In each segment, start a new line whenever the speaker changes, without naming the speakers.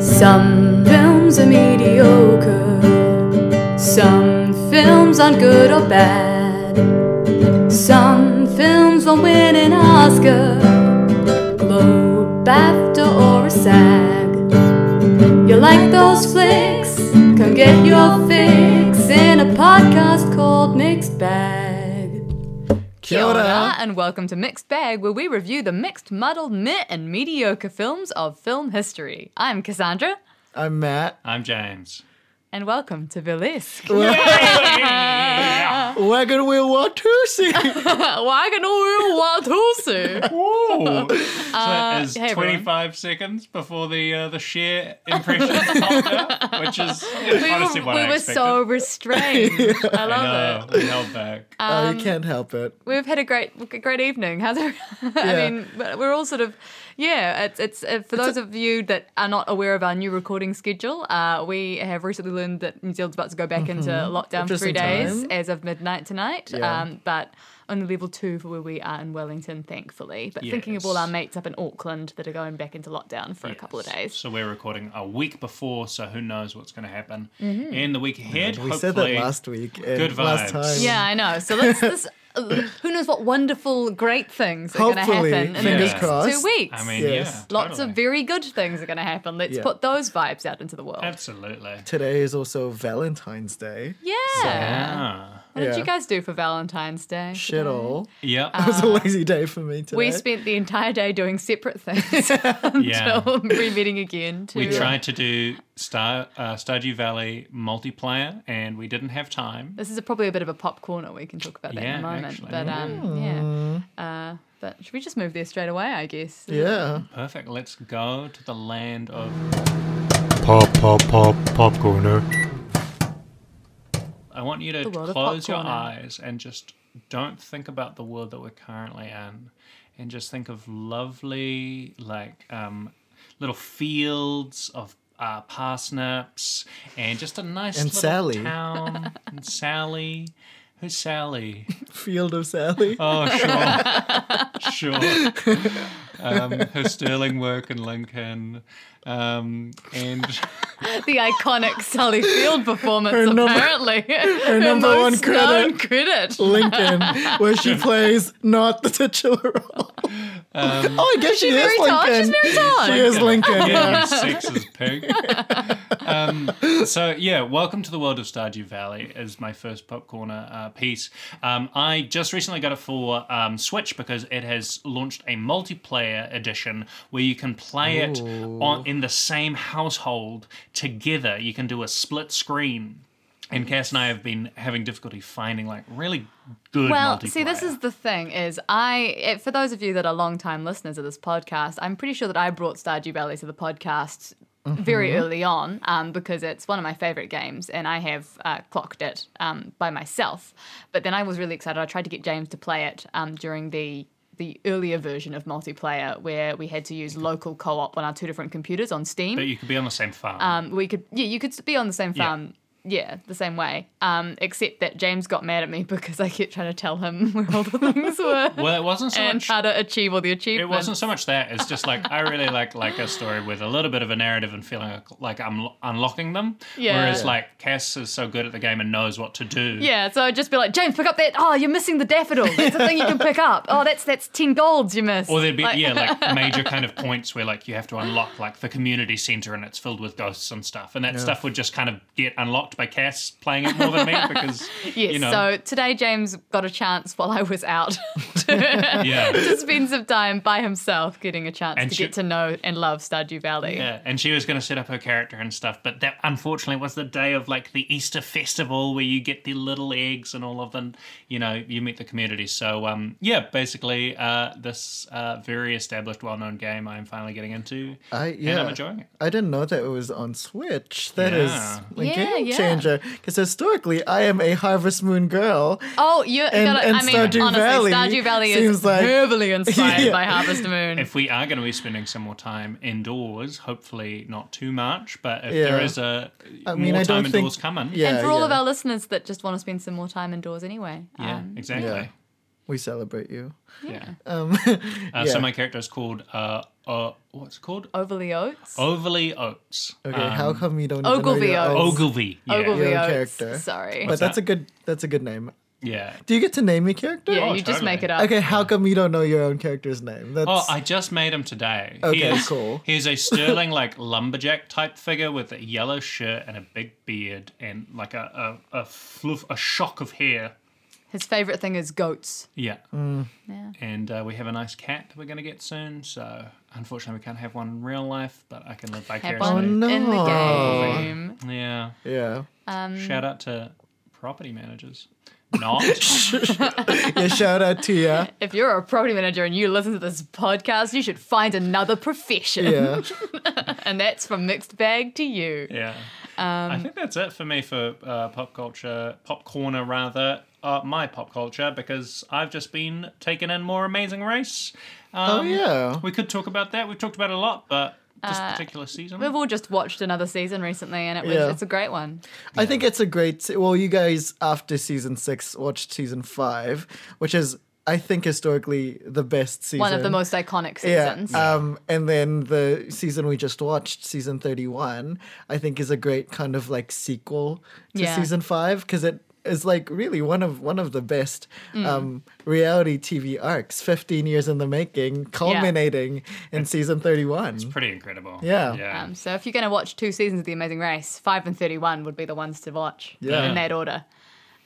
Some films are mediocre, some films aren't good or bad, some films won't win an Oscar, Globe, BAFTA, or a SAG. You like those flicks? Come get your fix in a podcast called Mixed Bag.
Kia ora.
and welcome to Mixed Bag, where we review the mixed, muddled, meh, and mediocre films of film history. I'm Cassandra,
I'm Matt.
I'm James.
and welcome to Vilesque.
Wagon Wheel Watusi.
Wagon Watusu.
Woo! so that is
Uh, hey, everyone.
25 seconds before the uh, the share impression popped out, which is
We
honestly
were,
what
we
I
were
expected.
so restrained. I
I
love
know,
it.
we held back.
oh, you can't help it.
We've had a great, a great evening. How's it? I
Yeah.
mean, we're all sort of, yeah. It's it's uh, for those of you that are not aware of our new recording schedule. Uh, we have recently learned that New Zealand's about to go back into
Mm-hmm.
lockdown for
Just
three
in
days
time.
as of midnight tonight.
Yeah.
Um, but only level two for where we are in Wellington, thankfully. But thinking of all our
Yes.
mates up in Auckland that are going back into lockdown for a couple of
Yes.
days.
So we're recording a week before, so who knows what's going to happen
Mm-hmm.
in the week ahead.
We
hopefully,
said that last week. And
Good
Last
vibes.
time.
Yeah, I know. So let's. This, uh, who knows what wonderful, great things are going to
Hopefully,
happen in the
fingers
next two
crossed.
weeks?
I mean,
Yes.
yeah,
Lots
totally.
of very good things are going to happen. Let's
Yeah.
put those vibes out into the world.
absolutely.
Today is also Valentine's Day.
yeah.
Yeah.
What did
Yeah.
you guys do for Valentine's Day?
Shit all.
Yep.
It was a lazy day for me today.
Uh, We spent the entire day doing separate things
yeah.
until re-meeting again. To,
We tried to do Star uh, Stardew Valley multiplayer, and we didn't have time.
This is a, probably a bit of a pop corner. We can talk about that in
Yeah,
a moment.
actually,
but um, yeah. Uh, but should we just move there straight away? I guess.
Mm. Yeah.
Perfect. Let's go to the land of
Pop, pop, pop, pop corner.
I want you
The
to
world of
close your
popcorn.
eyes and just don't think about the world that we're currently in, and just think of lovely, like um, little fields of uh, parsnips, and just a nice
And
little
Sally.
town. and Sally, who's Sally?
Field of Sally.
Oh, sure, sure. Um, her sterling work in Lincoln, um, and.
The iconic Sally Field performance,
number-
apparently. Her
number one
most known credit.
Lincoln, where she plays not the titular role. oh, I guess she
She's
is
very tall. She's
Lincoln.
very tall.
She is Lincoln.
Um, yeah, you sexist pig. Um, so yeah, welcome to the world of Stardew Valley is my first pop corner uh, piece. Um, I just recently got it for um, Switch because it has launched a multiplayer edition where you can play it on, in the same household together. You can do a split screen. And Cass and I have been having difficulty finding like really good.
Well,
multiplayer.
see, this is the thing: is I, it, for those of you that are long-time listeners of this podcast, I'm pretty sure that I brought Stardew Valley to the podcast
Mm-hmm.
very early on um, because it's one of my favorite games, and I have uh, clocked it um, by myself. But then I was really excited. I tried to get James to play it um, during the the earlier version of multiplayer, where we had to use local co-op on our two different computers on Steam.
But you could be on the same farm.
Um, we could, yeah, you could be on the same
Yeah.
farm. Yeah. the same way. Um, except that James got mad at me because I kept trying to tell him where all the things were
well, it wasn't so
and
much
how to achieve all the
It
achievements.
wasn't so much that. It's just like I really like like a story with a little bit of a narrative and feeling like- like I'm lo- unlocking them.
Yeah.
Whereas
Yeah.
like Cass is so good at the game and knows what to do.
Yeah, so I'd just be like, James, pick up that. Oh, you're missing the daffodil. That's a thing you can pick up. Oh, that's that's ten golds you missed.
Or there'd be yeah like major kind of points where like you have to unlock like the community center and it's filled with ghosts and stuff and that stuff would just kind of get unlocked by Cass playing it more than me because
Yes,
you know
so today James got a chance while I was out to,
yeah.
to spend some time by himself, getting a chance
And
to
she-
get to know and love Stardew Valley.
Yeah, and she was going to set up her character and stuff, but that unfortunately was the day of like the Easter festival where you get the little eggs and all of them. You know, you meet the community. So um, yeah, basically, uh, this uh, very established, well-known game I'm finally getting into,
I
and I'm
yeah.
enjoying it.
I didn't know that it was on Switch. That is
Yeah.
like
Yeah,
game
yeah.
changer. Because historically, I am a Harvest Moon girl.
Oh, you
And-
got
and
I mean,
Stardew
honestly,
Valley
Stardew Valley is
seems like-
heavily inspired
Yeah.
by Harvest Moon.
If we are going to be spending some more time indoors, hopefully not too much, but if there
Yeah.
is a
mean,
more
I
time
don't think-
indoors coming,
Yeah,
and for all of
yeah.
our listeners that just want to spend some more time indoors anyway,
yeah,
um,
exactly.
Yeah. We celebrate you.
Yeah.
Um,
Uh,
yeah.
So my character is called uh, uh what's it called?
Overly
Oh,
Oats.
Overly Oates.
okay, how come you don't even know
Ogilvy
your
Oaks.
own-
um, Ogilvy. Yeah.
Ogilvy
Your own
Oats.
character.
Sorry.
But that's a
that?
good that's a good name.
Yeah.
Do you get to name your character?
yeah,
Oh,
you just
totally.
make it up.
Okay, how come you don't know your own character's name? That's
Oh, I just made him today. He
Okay,
is-
cool.
He's a sterling like lumberjack type figure with a yellow shirt and a big beard and like a a, a fluff a shock of hair.
His favorite thing is goats.
Yeah.
Mm.
Yeah.
And uh, we have a nice cat that we're going to get soon. So unfortunately, we can't have one in real life, but I can live
Have
vicariously.
one in the
no.
game.
Yeah.
yeah.
Um,
Shout out to property managers. Not.
yeah. Shout out to ya.
If you're a property manager and you listen to this podcast, you should find another profession.
Yeah.
and that's from mixed bag to you.
yeah.
Um,
I think that's it for me for uh, pop culture, pop corner rather. Uh, my pop culture because I've just been taking in more Amazing Race. Um,
Oh yeah.
We could talk about that. We've talked about it a lot, but this particular season.
Uh, We've all just watched another season recently, and it was
Yeah.
it's a great one.
I think it's a great. se- Well, you guys after season six watched season five, which is I think historically the best season.
One of the most iconic seasons.
Yeah. Um, and then the season we just watched, season 31, I think is a great kind of like sequel to
Yeah.
season five because it is like really one of one of the best um, reality TV arcs, 15 years in the making, culminating in season 31.
Pretty incredible.
Yeah.
Yeah.
Um, so if you're going to watch two seasons of The Amazing Race, five and thirty-one would be the ones to watch
Yeah.
in that order.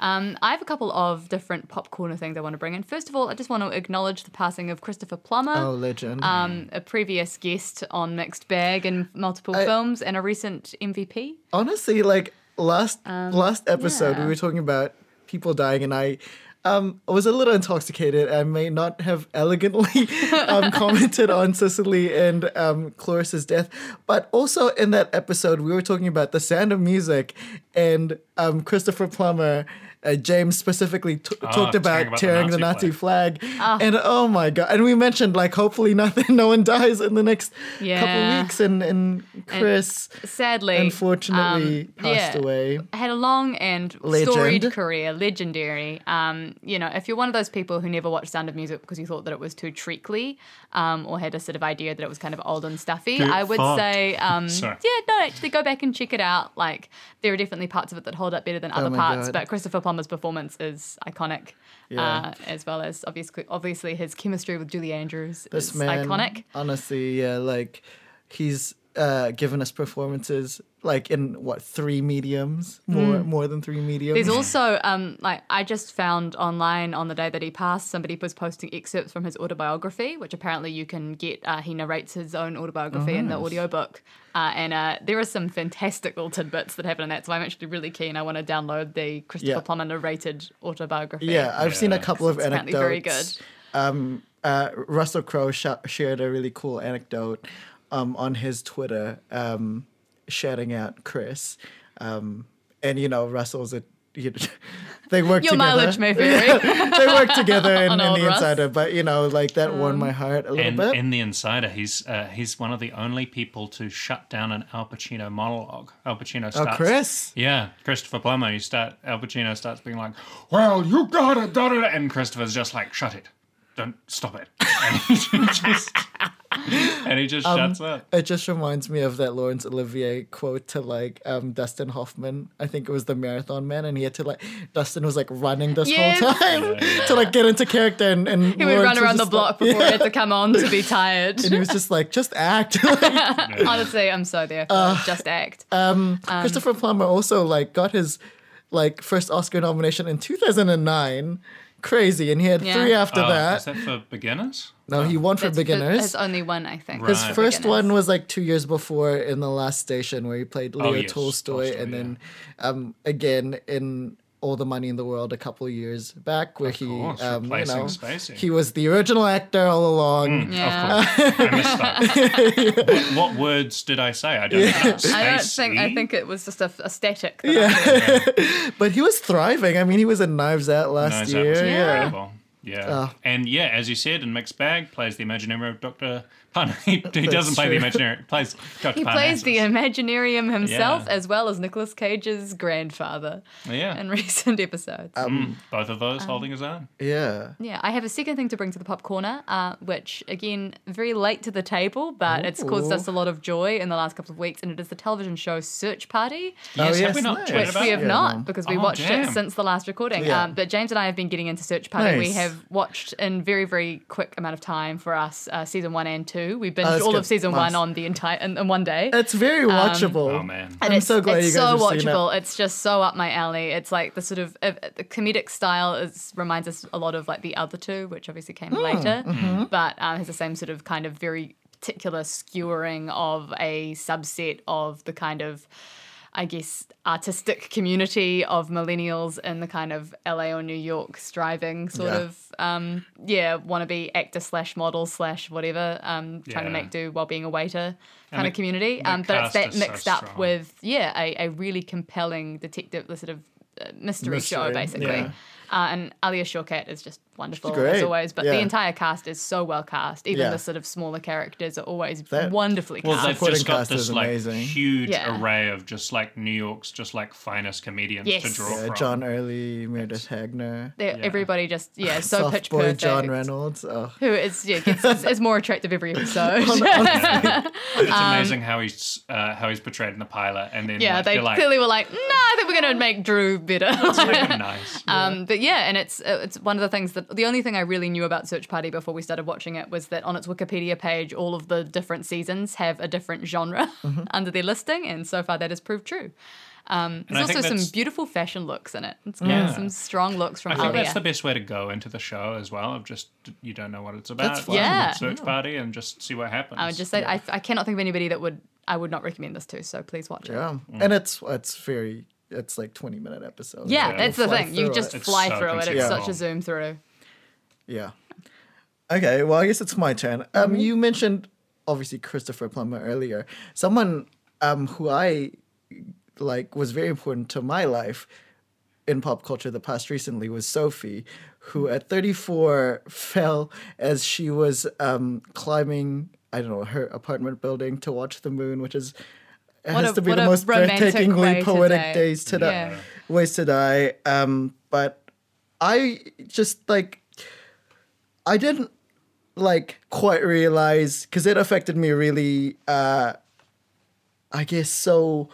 Um, I have a couple of different pop corner things I want to bring in. First of all, I just want to acknowledge the passing of Christopher Plummer.
Oh, legend.
um, a previous guest on Mixed Bag and multiple
I-
films and a recent MVP.
honestly like last last episode
Um, yeah.
we were talking about people dying and i um, was a little intoxicated i may not have elegantly um, commented on cicely and um, chloris's death but also in that episode we were talking about the sound of music and um, christopher plummer uh, james specifically t- talked Ah, about, tearing the nazi, flag,
Ah.
and oh my god and we mentioned like hopefully nothing no one dies in the next couple
Yeah.
weeks and, and chris
Sadly,
unfortunately
um,
passed
yeah,
away.
Had a long and
Legend.
storied career, legendary. Um, you know, if you're one of those people who never watched Sound of Music because you thought that it was too treacly, um, or had a sort of idea that it was kind of old and stuffy, I would
fucked.
say, um,
Sorry.
yeah, no, actually go back and check it out. Like there are definitely parts of it that hold up better than other
Oh my
parts,
God.
but Christopher Plummer's performance is iconic. Uh, as well as obviously, obviously his chemistry with Julie Andrews
This
is
man,
iconic.
honestly, yeah, like he's uh, given us performances like in what three mediums, more more than three mediums.
Hmm. There's also um, like I just found online on the day that he passed, somebody was posting excerpts from his autobiography, which apparently you can get. Uh, he narrates his own autobiography
Oh,
in the audiobook, uh, and uh, there are some fantastic little tidbits that happen in that. So I'm actually really keen. I want to download the Christopher
Yeah.
Plummer narrated autobiography.
yeah, I've seen a couple of
It's apparently
anecdotes.
very good.
Um, uh, Russell Crowe sh- shared a really cool anecdote um, on his Twitter, um, shouting out Chris, um, and you know Russell's a. You they work
Your
together.
mileage may vary.
they work together in, in
old
the
Russ. Um,
insider, but you know, like that warmed my heart a little
And
bit.
in the Insider, he's uh, he's one of the only people to shut down an Al Pacino monologue. Al Pacino
oh,
starts.
Chris.
Yeah, Christopher Plummer. You start. Al Pacino starts being like, "Well, you got it, da da da," and Christopher's just like, "Shut it, don't stop it," and he just, and he
Um,
just shuts up.
It just reminds me of that Laurence Olivier quote to like um, Dustin Hoffman. I think it was the Marathon Man, and he had to like Dustin was like running this
Yes.
whole time to like get into character, and, and
He would run
Laurence was
around the
just
block
like-
before he had to come on to be tired.
And he was just like, just act.
Honestly, I'm so there. for
Uh,
just act. Um,
Christopher Plummer also like got his like first Oscar nomination in 2009. Crazy, and he had
Yeah.
three after
Oh,
that.
is that for beginners?
No, he won for
That's-
beginners.
That's only one, I think.
His
His
Right.
first
Beginners.
one was like two years before in the last station where he played Leo
Oh, yes,
Tolstoy,
Tolstoy,
and then um, again in All the Money in the World a couple of years back where he
course,
um, you
replacing
know
Spacey. Mm.
he was the original actor all along.
Yeah.
Of course, I missed that. what, what words did I say? I don't know.
I don't
Spacey?
think. I think it was just a, a static. that I
But he was thriving. I mean, he was in Knives Out last
Knives Out
year.
was
yeah.
incredible. Yeah.
Ah.
and yeah, as you said, in Mixed Bag plays the Imaginary Doctor Pun. He, he doesn't play the
true.
Imaginary. Plays Doctor.
He plays the Imaginarium himself
Yeah.
as well as Nicolas Cage's grandfather
Yeah.
in recent episodes.
Um,
Mm, both of
um,
those holding his arm.
Yeah.
yeah, I have a second thing to bring to the pop corner, uh, which again, very late to the table, but it's caused
Ooh.
us a lot of joy in the last couple of weeks, and it is the television show Search Party.
Yes, have
Oh, yes,
we not
nice.
chatted
Which
Yes,
about
we have
it?
not
mum.
because we
Oh,
watched it
damn.
since the last recording.
Yeah.
Um, but James and I have been getting into Search Party. We
Nice.
have watched in very very quick amount of time for us uh, season one and two. We binged
Oh, that's
all of
good.
season
Nice. Uh,
one on the entire in, in one day.
It's very watchable.
Oh man.
Um, and
I'm
it's,
so glad
it's
you guys
so
have seen it.
watchable. It's just so up my alley. It's like the sort of uh, the comedic style is reminds us a lot of like the other two, which obviously came
Mm,
later,
mm-hmm.
but um, has the same sort of kind of very particular skewering of a subset of the kind of. I guess artistic community of millennials in the kind of LA or New York striving sort
Yeah.
of um yeah wannabe actor slash model slash whatever um trying to
Yeah.
make do while being a waiter kind
the-
of community
the
um but it's
cast
that
is so
mixed up
strong.
with with yeah a, a really compelling detective the sort of uh, mystery, show
Mystery,
basically
yeah.
uh, and Alia Shawkat is just wonderful as
great,
always but the
yeah.
entire cast is so well cast even
Yeah.
the sort of smaller characters are always
That-
wonderfully
Well, they've
cast
Supporting
just got
cast
this
is
like
amazing.
huge
Yeah.
array of just like New York's just like finest comedians
Yes.
to draw
Yeah,
from.
John Early, Meredith Hagner,
They're-
yeah.
everybody just yeah so
Soft
pitch
Boy
perfect
John Reynolds. Oh,
who is yeah gets, is, is more attractive every episode
It's amazing how he's uh, how he's portrayed in the pilot, and then
Um, yeah
like,
they
you're like,
clearly were like no I think we're gonna make Drew better
nice.
Um, but yeah, and it's uh, it's one of the things that the only thing I really knew about Search Party before we started watching it was that on its Wikipedia page, all of the different seasons have a different genre
Mm-hmm.
under their listing, and so far that has proved true. Um,
I
there's also
think
some
that's-
beautiful fashion looks in it. It's got
Yeah.
some strong looks from
I think
Alia.
that's the best way to go into the show as well. Of just you don't know what it's about.
fun.
Yeah.
search party and just see what happens.
I would just say I, I cannot think of anybody that would I would not recommend this to. So please watch it.
yeah. And it's it's very it's like twenty minute episodes.
Yeah,
You'll
that's the
fly
thing. You
through
just
it.
It's
fly
so
through it. It's
consistent.
such a zoom through.
yeah. Okay, well I guess it's my turn. Um,
Mm-hmm.
you mentioned obviously Christopher Plummer earlier. Someone um who I like was very important to my life in pop culture the past recently was Sophie, who
Mm-hmm.
at 34 fell as she was um, climbing, I don't know, her apartment building to watch the moon, which is it
What
has
a-
to be
what
the
a
most
romantic way
breathtakingly
to
poetic
die.
days to die,
Yeah.
ways to die. Um, but I just like I didn't like quite realize because it affected me really. Uh, I guess so.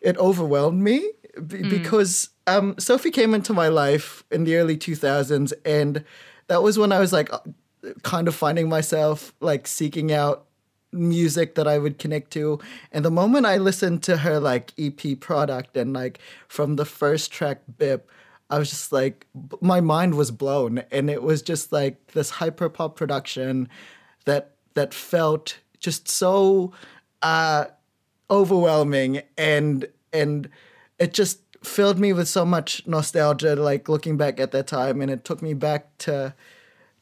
It overwhelmed me b- because um, Sophie came into my life in the early two thousands, and that was when I was like, uh, kind of finding myself like seeking out music that I would connect to. And the moment I listened to her like EP product and like from the first track Bip, I was just like b- my mind was blown and it was just like this hyper pop production that that felt just so uh overwhelming and and it just filled me with so much nostalgia like looking back at that time and it took me back to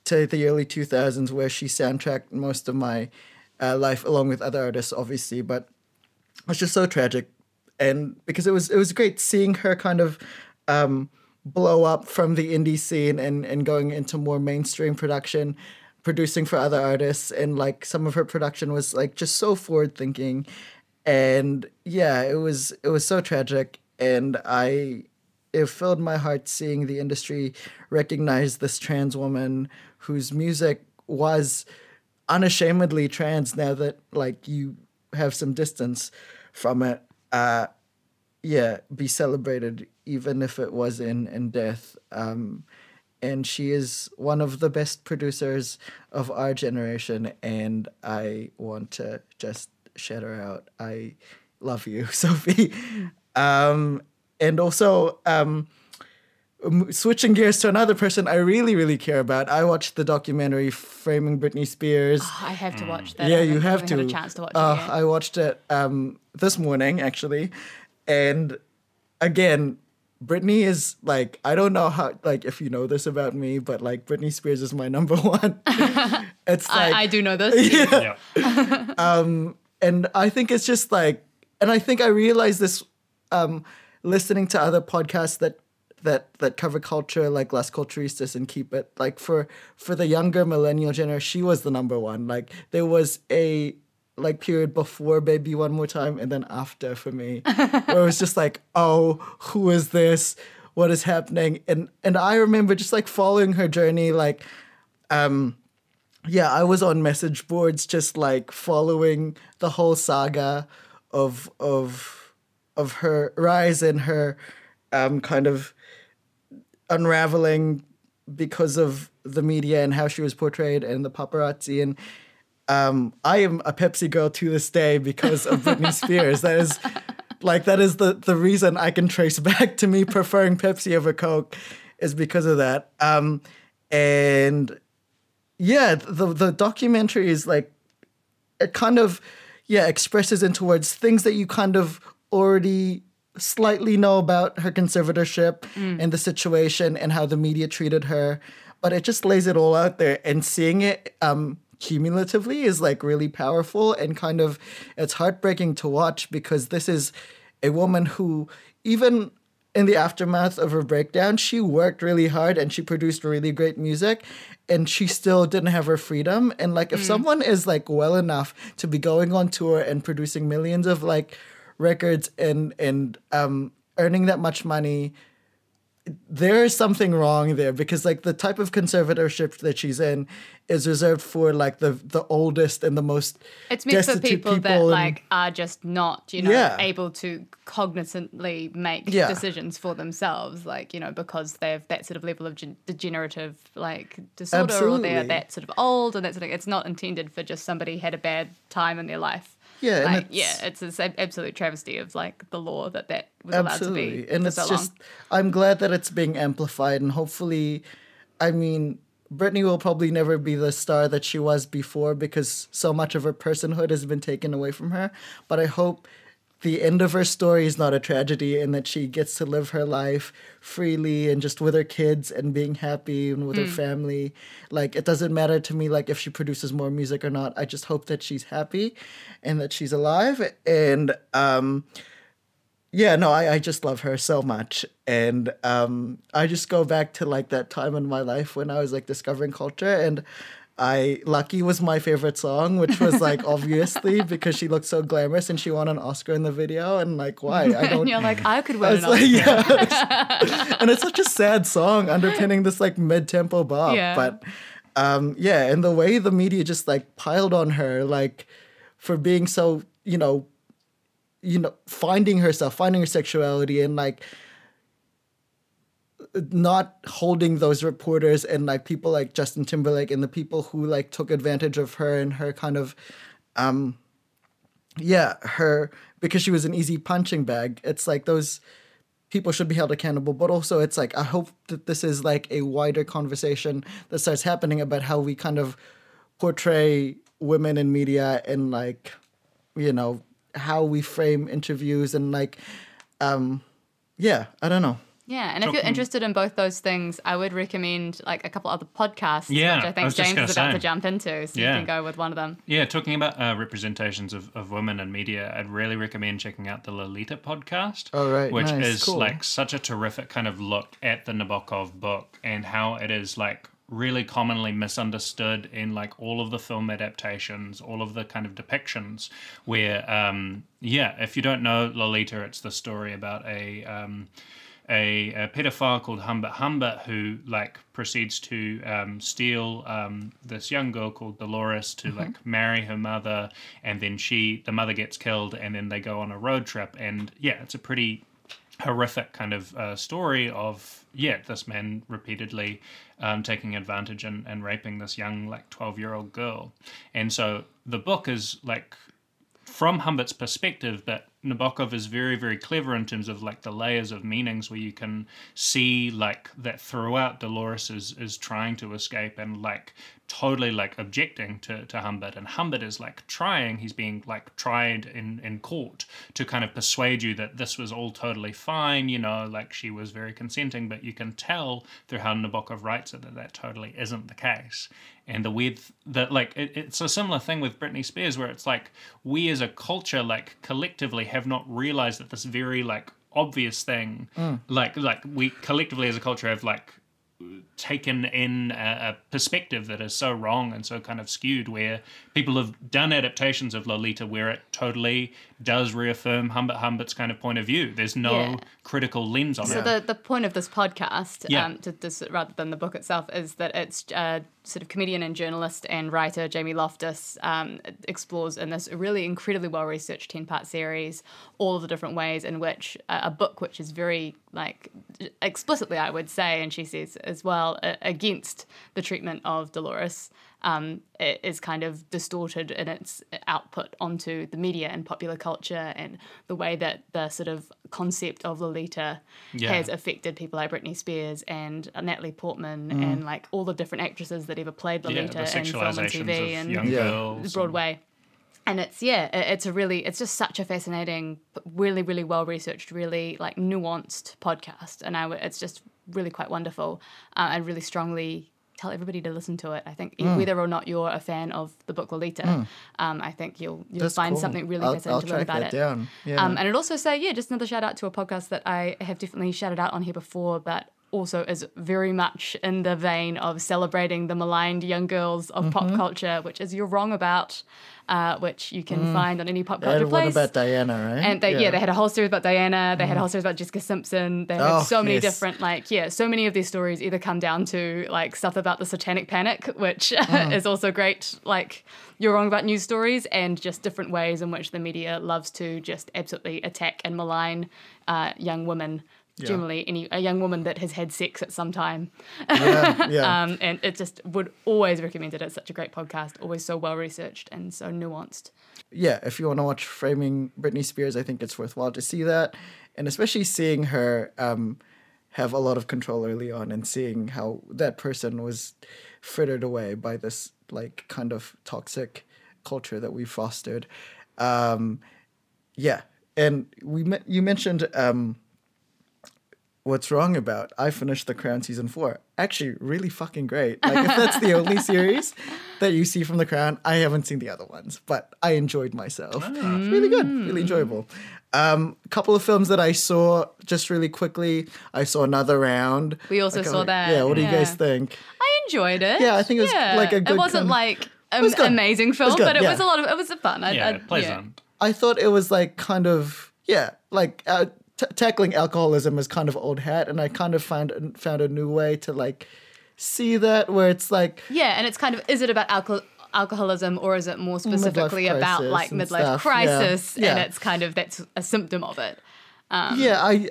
to the early 2000s where she soundtracked most of my uh, life along with other artists obviously but it was just so tragic and because it was it was great seeing her kind of um, blow up from the indie scene and and going into more mainstream production producing for other artists and like some of her production was like just so forward thinking and yeah it was it was so tragic and i it filled my heart seeing the industry recognize this trans woman whose music was unashamedly trans now that like you have some distance from it uh yeah be celebrated even if it was in in death um and she is one of the best producers of our generation and i want to just shout her out i love you sophie um and also um m- switching gears to another person i really really care about i watched the documentary framing britney spears
Oh, I have
Mm.
to watch that. I
yeah, you
haven't-
have
haven't
to.
Had a chance to watch
Uh,
it. yet.
I watched it um, this morning actually, and again, Britney is like I don't know how like if you know this about me, but like Britney Spears is my number one. it's
I,
like
I do know this.
yeah.
and I think it's just like, and I think I realized this um, listening to other podcasts that that that cover culture like Las Culturistas and keep it like for for the younger millennial generation, she was the number one. Like there was a like period before baby one more time and then after for me where it was just like oh who is this what is happening and and i remember just like following her journey like yeah, I was on message boards just like following the whole saga of of of her rise and her um kind of unraveling because of the media and how she was portrayed and the paparazzi and um I am a Pepsi girl to this day because of Britney Spears. That is like that is the the reason I can trace back to me preferring Pepsi over Coke is because of that. Um and yeah, the the documentary is like it kind of yeah expresses in towards things that you kind of already slightly know about her conservatorship and the situation and how the media treated her, but it just lays it all out there and seeing it um cumulatively is like really powerful and kind of it's heartbreaking to watch because this is a woman who even in the aftermath of her breakdown, she worked really hard and she produced really great music and she still didn't have her freedom. And like if
Mm.
someone is like well enough to be going on tour and producing millions of like records and and um earning that much money, there is something wrong there because like the type of conservatorship that she's in is reserved for like the the oldest and the most
It's meant for
destitute
people, that
and-
like are just not, you know,
Yeah.
able to cognizantly make
Yeah.
decisions for themselves, like you know, because they have that sort of level of gen- degenerative like disorder, or they're
Absolutely.
that sort of old, and that sort of. It's not intended for just somebody had a bad time in their life.
Yeah, and
like,
it's-
yeah, it's an absolute travesty of like the law that that was allowed to be.
and
for
it's
so
just
long.
i'm glad that it's being amplified and hopefully i mean Britney will probably never be the star that she was before because so much of her personhood has been taken away from her. But I hope the end of her story is not a tragedy and that she gets to live her life freely and just with her kids and being happy and
Hmm.
with her family. Like it doesn't matter to me like if she produces more music or not. I just hope that she's happy and that she's alive and um yeah, no, I, I just love her so much. And um, I just go back to like that time in my life when I was like discovering culture and I Lucky was my favorite song, which was like obviously because she looked so glamorous and she won an Oscar in the video and like why? I don't
and you're like, I could win
it's
an
like,
Oscar.
yeah. and it's such a sad song underpinning this like mid-tempo bop.
Yeah.
But um, yeah, and the way the media just like piled on her, like for being so, you know, you know, finding herself, finding her sexuality and like not holding those reporters and like people like Justin Timberlake and the people who like took advantage of her and her kind of um, yeah, her because she was an easy punching bag. It's like those people should be held accountable, but also it's like I hope that this is like a wider conversation that starts happening about how we kind of portray women in media and like you know how we frame interviews and like um yeah, I don't know.
Yeah, and if you're
Talking-
interested in both those things, I would recommend like a couple other podcasts,
Yeah,
which I
I
think
was just
James
gonna
is about
say.
to jump into, so
Yeah.
you can go with one of them.
Yeah, talking about uh, representations of, of women in media, I'd really recommend checking out the Lolita podcast.
Oh, right.
Which
Nice.
is
Cool.
like such a terrific kind of look at the Nabokov book and how it is like really commonly misunderstood in like all of the film adaptations, all of the kind of depictions where, um, yeah, if you don't know Lolita, it's the story about a. Um, a, a pedophile called Humbert Humbert who like proceeds to um, steal um, this young girl called Dolores to like marry her mother, and then she the mother gets killed, and then they go on a road trip, and yeah, it's a pretty horrific kind of uh, story of yeah this man repeatedly um, taking advantage and, and raping this young like 12 year old girl and so the book is like from Humbert's perspective that Nabokov is very, very clever in terms of like the layers of meanings where you can see like that throughout Dolores is, is trying to escape and like totally like objecting to, to Humbert. And Humbert is like trying, he's being like tried in, in court to kind of persuade you that this was all totally fine, you know, like she was very consenting, but you can tell through how Nabokov writes it that that totally isn't the case and the weird th- that like it, it's a similar thing with Britney Spears where it's like we as a culture like collectively have not realized that this very like obvious thing. Like like we collectively as a culture have like taken in a, a perspective that is so wrong and so kind of skewed where people have done adaptations of lolita where it totally does reaffirm humbert humbert's kind of point of view there's no
Yeah.
critical lens on
So
it
the, the point of this podcast,
Yeah.
um, to this, rather than the book itself, is that it's uh, sort of comedian and journalist and writer Jamie Loftus um, explores in this really incredibly well researched ten part series all of the different ways in which uh, a book, which is very like explicitly, I would say, and she says as well, uh, against the treatment of Dolores. Um, i- is kind of distorted in its output onto the media and popular culture and the way that the sort of concept of Lolita
Yeah.
has affected people like Britney Spears and Natalie Portman and like all the different actresses that ever played
yeah,
Lolita
the
in film and
sexualizations
TV
of
and
young
Yeah.
girls
Broadway. And it's yeah, i- it's a really, it's just such a fascinating, really, really well researched, really like nuanced podcast, and I, w- it's just really quite wonderful. Uh, I really strongly tell everybody to listen to it. I think e- whether or not you're a fan of the book Lolita, um, I think you'll you'll
That's
find
cool.
something really
I'll,
fascinating
I'll
to learn
track
about
that
it.
down. Yeah.
Um, and I'd also say, yeah, just another shout out to a podcast that I have definitely shouted out on here before, but also is very much in the vein of celebrating the maligned young girls of
Mm-hmm.
pop culture, which is You're Wrong About, uh, which you can find on any pop
I had
culture
Mm. one
place.
about Diana, right?
and they, yeah. they had a whole series about Diana. They had a whole series about Jessica Simpson. They had
Mm. Oh,
so many
yes.
different, like, yeah, so many of these stories either come down to like stuff about the Satanic Panic, which
Mm.
is also great. Like, you're wrong about news stories and just different ways in which the media loves to just absolutely attack and malign uh, young women. Generally, any a young woman that has had sex at some time,
yeah, yeah.
um, and it just would always recommend it. It's such a great podcast, always so well researched and so nuanced.
yeah, if you want to watch Framing Britney Spears, I think it's worthwhile to see that. And especially seeing her um, have a lot of control early on and seeing how that person was frittered away by this like kind of toxic culture that we fostered. Um, yeah. And we me- you mentioned um, what's wrong about I finished The Crown season four. Actually, really fucking great. Like if that's the only series that you see from The Crown, I haven't seen the other ones, but I enjoyed myself. It's really good, really
Mm.
enjoyable. Um, a couple of films that I saw just really quickly. I saw another round.
We also
Like,
saw
I'm-
that,
Yeah. What do you
yeah.
guys think?
I enjoyed it.
Yeah, I think it was, like, a good
It wasn't
kind of-
like an
was good.
amazing film,
good,
but it
yeah.
was a lot of it was fun. I,
yeah
I,
pleasant
I thought it was like kind of yeah, like uh, t- tackling alcoholism is kind of old hat, and I kind of found found a new way to like see that where it's like
Yeah, and it's kind of is it about alcohol? alcoholism or is it more specifically about
crisis
like
and
midlife
stuff, yeah.
crisis and
Yeah.
it's kind of that's a symptom of it Um.
yeah, I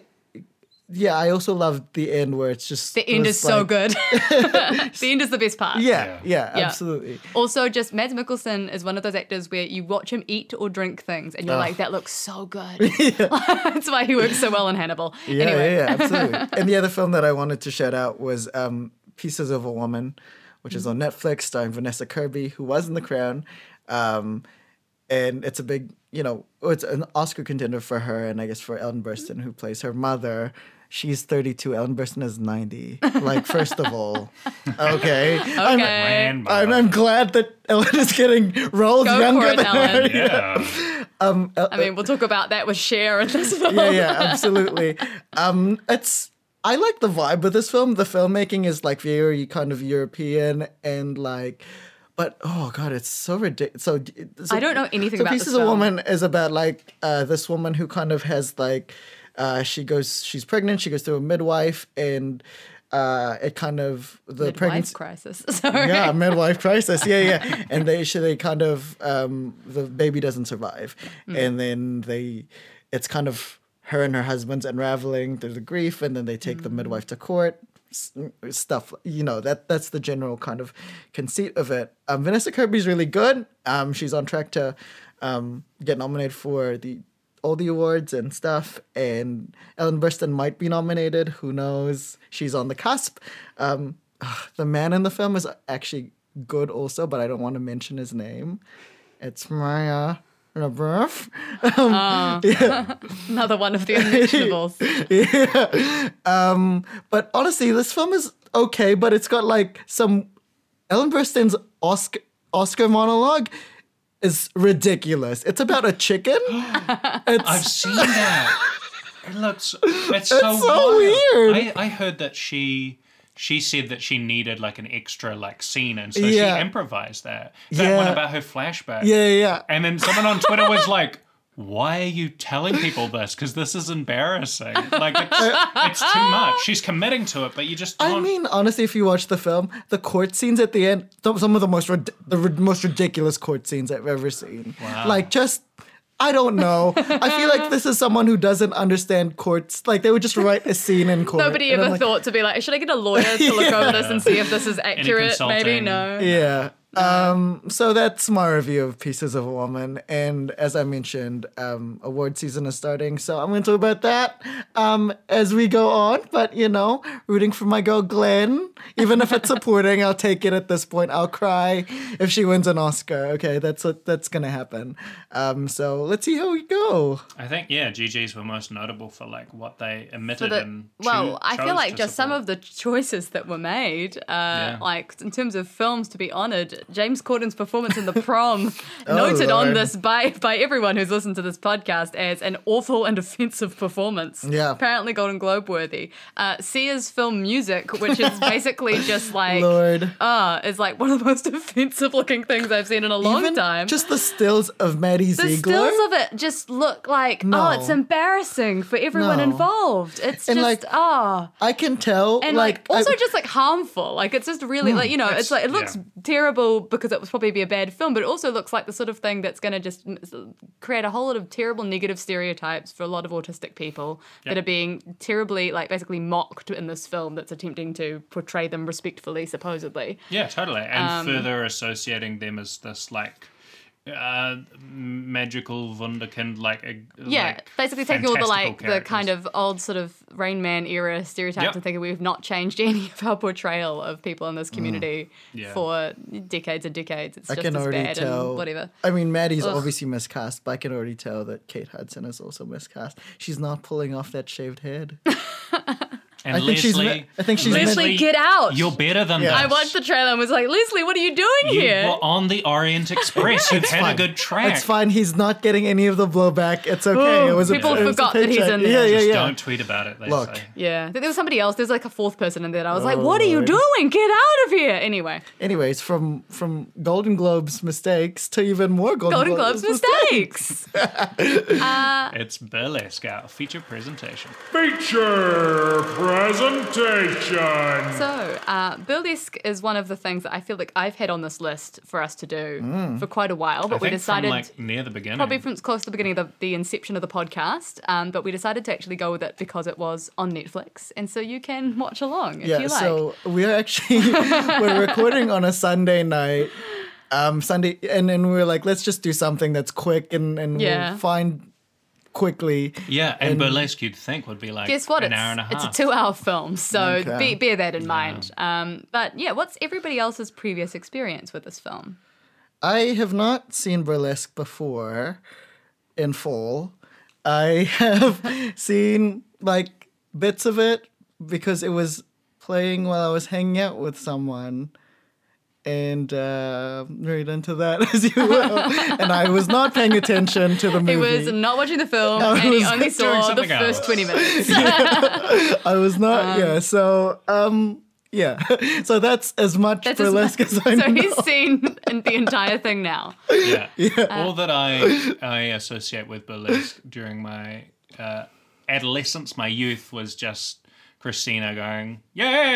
yeah, I also loved the end where it's just
the end
it was
is so
like-
good the end is the best part
Yeah, yeah,
Yeah.
absolutely.
also just mads mikkelsen is one of those actors where you watch him eat or drink things and you're like that looks so good that's why he works so well in hannibal
Yeah,
anyway
yeah, yeah, absolutely. and the other film that I wanted to shout out was um, Pieces of a Woman, which is on
Mm-hmm.
Netflix, starring Vanessa Kirby, who was in The Crown. Um, and it's a big, you know, oh, it's an Oscar contender for her, and I guess for Ellen Burstyn, who plays her mother. She's 32, Ellen Burstyn is 90. Like, first of all, okay. I'm,
Okay.
Grandma.
I'm, I'm glad that Ellen is getting rolled
Go
younger
for it,
than her.
Ellen.
yeah
i mean we'll talk about that with Cher in this film
yeah, yeah, absolutely. Um, it's I like the vibe of this film. The filmmaking is like very kind of European and like, but oh god, it's so ridiculous. So, so
I don't know anything
so
about
Pieces
this
of
film.
Woman is about like uh, this woman who kind of has like, uh, she goes, she's pregnant. She goes through a midwife and. Uh, it kind of the
midlife
pregnancy
crisis. Sorry.
yeah, midlife crisis. Yeah, yeah. And they should they kind of um, the baby doesn't survive, and then they, it's kind of her and her husband's unraveling through the grief, and then they take the midwife to court. s- Stuff you know that that's the general kind of conceit of it. Um, Vanessa Kirby's really good. Um, she's on track to um, get nominated for the all the awards and stuff. And Ellen Burstyn might be nominated. Who knows? She's on the cusp. Um, ugh, the man in the film is actually good also, but I don't want to mention his name. It's Maya LaBeouf. Um,
Another one of the unmentionables.
yeah. Um, but honestly, this film is okay, but it's got like some Ellen Burstyn's Oscar Oscar monologue is ridiculous. It's about a chicken. It's
i've seen that It looks. It's so,
so
wild.
weird.
I, I heard that she she said that she needed like an extra like scene, and so
Yeah.
she improvised that. That one
Yeah.
about her flashback.
Yeah, yeah. yeah.
And then someone on Twitter was like, "Why are you telling people this? Because this is embarrassing. Like it's, it's too much. She's committing to it, but you just don't."
Uh, I mean, honestly, if you watch the film, the court scenes at the end, th- some of the most rid- the rid- most ridiculous court scenes I've ever seen. Like just. I don't know. I feel like this is someone who doesn't understand courts. Like they would just write a scene in court.
Nobody
and I'm
ever
like,
thought to be like, should I get a lawyer to look over this and see if this is accurate? Maybe
consulting.
no.
Yeah. Um, so that's my review of Pieces of a Woman. And as I mentioned, um, award season is starting. So I'm going to talk about that um, as we go on. But, you know, rooting for my girl Glenn. Even if it's supporting, I'll take it at this point. I'll cry if she wins an Oscar. Okay, that's what that's going to happen. Um, so let's see how we go.
I think yeah, GGs were most notable for like what they
For
emitted
the-
and choo-
well, I feel
chose
like
to
just some
support.
of the choices that were made, uh, like in terms of films to be honoured, James Corden's performance in The Prom, noted on
Oh, Lord.
this by by everyone who's listened to this podcast as an awful and offensive performance.
Yeah.
apparently Golden Globe worthy. Uh, Sia's film music, which is basically just like.
Lord.
Uh, is like one of the most offensive looking things I've seen in a long
Even
time.
Just the stills of Maddie
the
Ziegler.
stills of it just look like oh,
No.
it's embarrassing for everyone
No.
involved. It's
And,
just
like,
ah,
I can tell.
and like,
like, I- Hmm,
also just like harmful. Like it's just really like you know, it's,
it's-
like it looks
yeah.
terrible because it was probably be a bad film, but it also looks like the sort of thing that's going to just create a whole lot of terrible negative stereotypes for a lot of autistic people that
Yeah.
are being terribly like basically mocked in this film that's attempting to portray them respectfully, supposedly.
yeah, totally, and
Um,
further associating them as this like uh magical wunderkind like eg-
Yeah,
like,
basically taking all the like
fantastical
the kind
characters.
of old sort of Rain Man era stereotypes
Yep. Mm.
and thinking we've not changed any of our portrayal of people in this community
Yeah.
for decades and decades. It's
I
just
can
as
already
bad
tell.
and whatever.
I mean, Maddie's obviously miscast, but I can already tell that Kate Hudson is also miscast. She's not pulling off that shaved head.
and
I think she's
Leslie,
me- I think she's meant-
Leslie, get out!
You're better than
Yeah.
this.
I watched the trailer and was like, Leslie, what are you doing
You
here?
were on the Orient Express. You've had
fine.
a good track.
It's fine. He's not getting any of the blowback. It's okay.
Oh,
it was a-
people
it was a,
forgot that he's
paycheck.
in there.
Yeah,
Just
yeah, yeah.
don't tweet about it. They
Look.
say.
yeah, there was somebody else. There was like a fourth person in there. And I was like,
Oh,
"What are you
Lord.
doing? Get out of here!" Anyway,
Anyways, from from Golden Globes mistakes to even more Golden,
Golden Globes mistakes.
It's burlesque our feature presentation.
Feature presentation.
So, uh, burlesque is one of the things that I feel like I've had on this list for us to do
Mm.
for quite a while, but
I
we
think
decided.
from like near the beginning.
Probably from close to the beginning of the, the inception of the podcast, um, but we decided to actually go with it because it was on Netflix, and so you can watch along if
Yeah,
you like.
so we are actually we're recording on a Sunday night. Um, Sunday, and then we were like, let's just do something that's quick and and
Yeah.
we'll find quickly.
yeah, and, burlesque you'd think would be like
Guess what?
an
it's,
hour and a
It's
half.
a two-hour film, so
Okay.
be, bear that in mind. Um, but yeah, what's everybody else's previous experience with this film?
I have not seen burlesque before in full. I have seen like bits of it because it was playing while I was hanging out with someone. And uh, read into that as you will. and I was not paying attention to the movie.
He was not watching the film, and he
was
only saw the
something
first
else.
twenty minutes.
I was not. yeah. So um, yeah. So that's as much
That's as
burlesque as,
much-
I
so
know.
he's seen the entire thing now.
yeah. All that I I associate with burlesque during my uh, adolescence, my youth, was just Christina going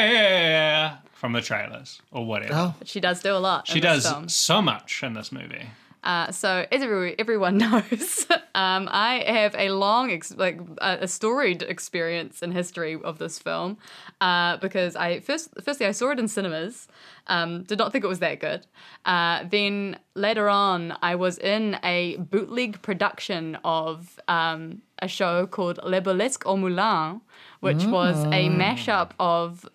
yeah from the trailers or whatever.
Oh.
But she does do a lot.
She
in this
does
film.
so much in this movie.
Uh, so as every- everyone knows, um, I have a long, ex- like a a storied experience and history of this film, uh, because I first, firstly, I saw it in cinemas. Um, did not think it was that good. Uh, then later on, I was in a bootleg production of um, a show called Le Burlesque au Moulin, which was a mashup of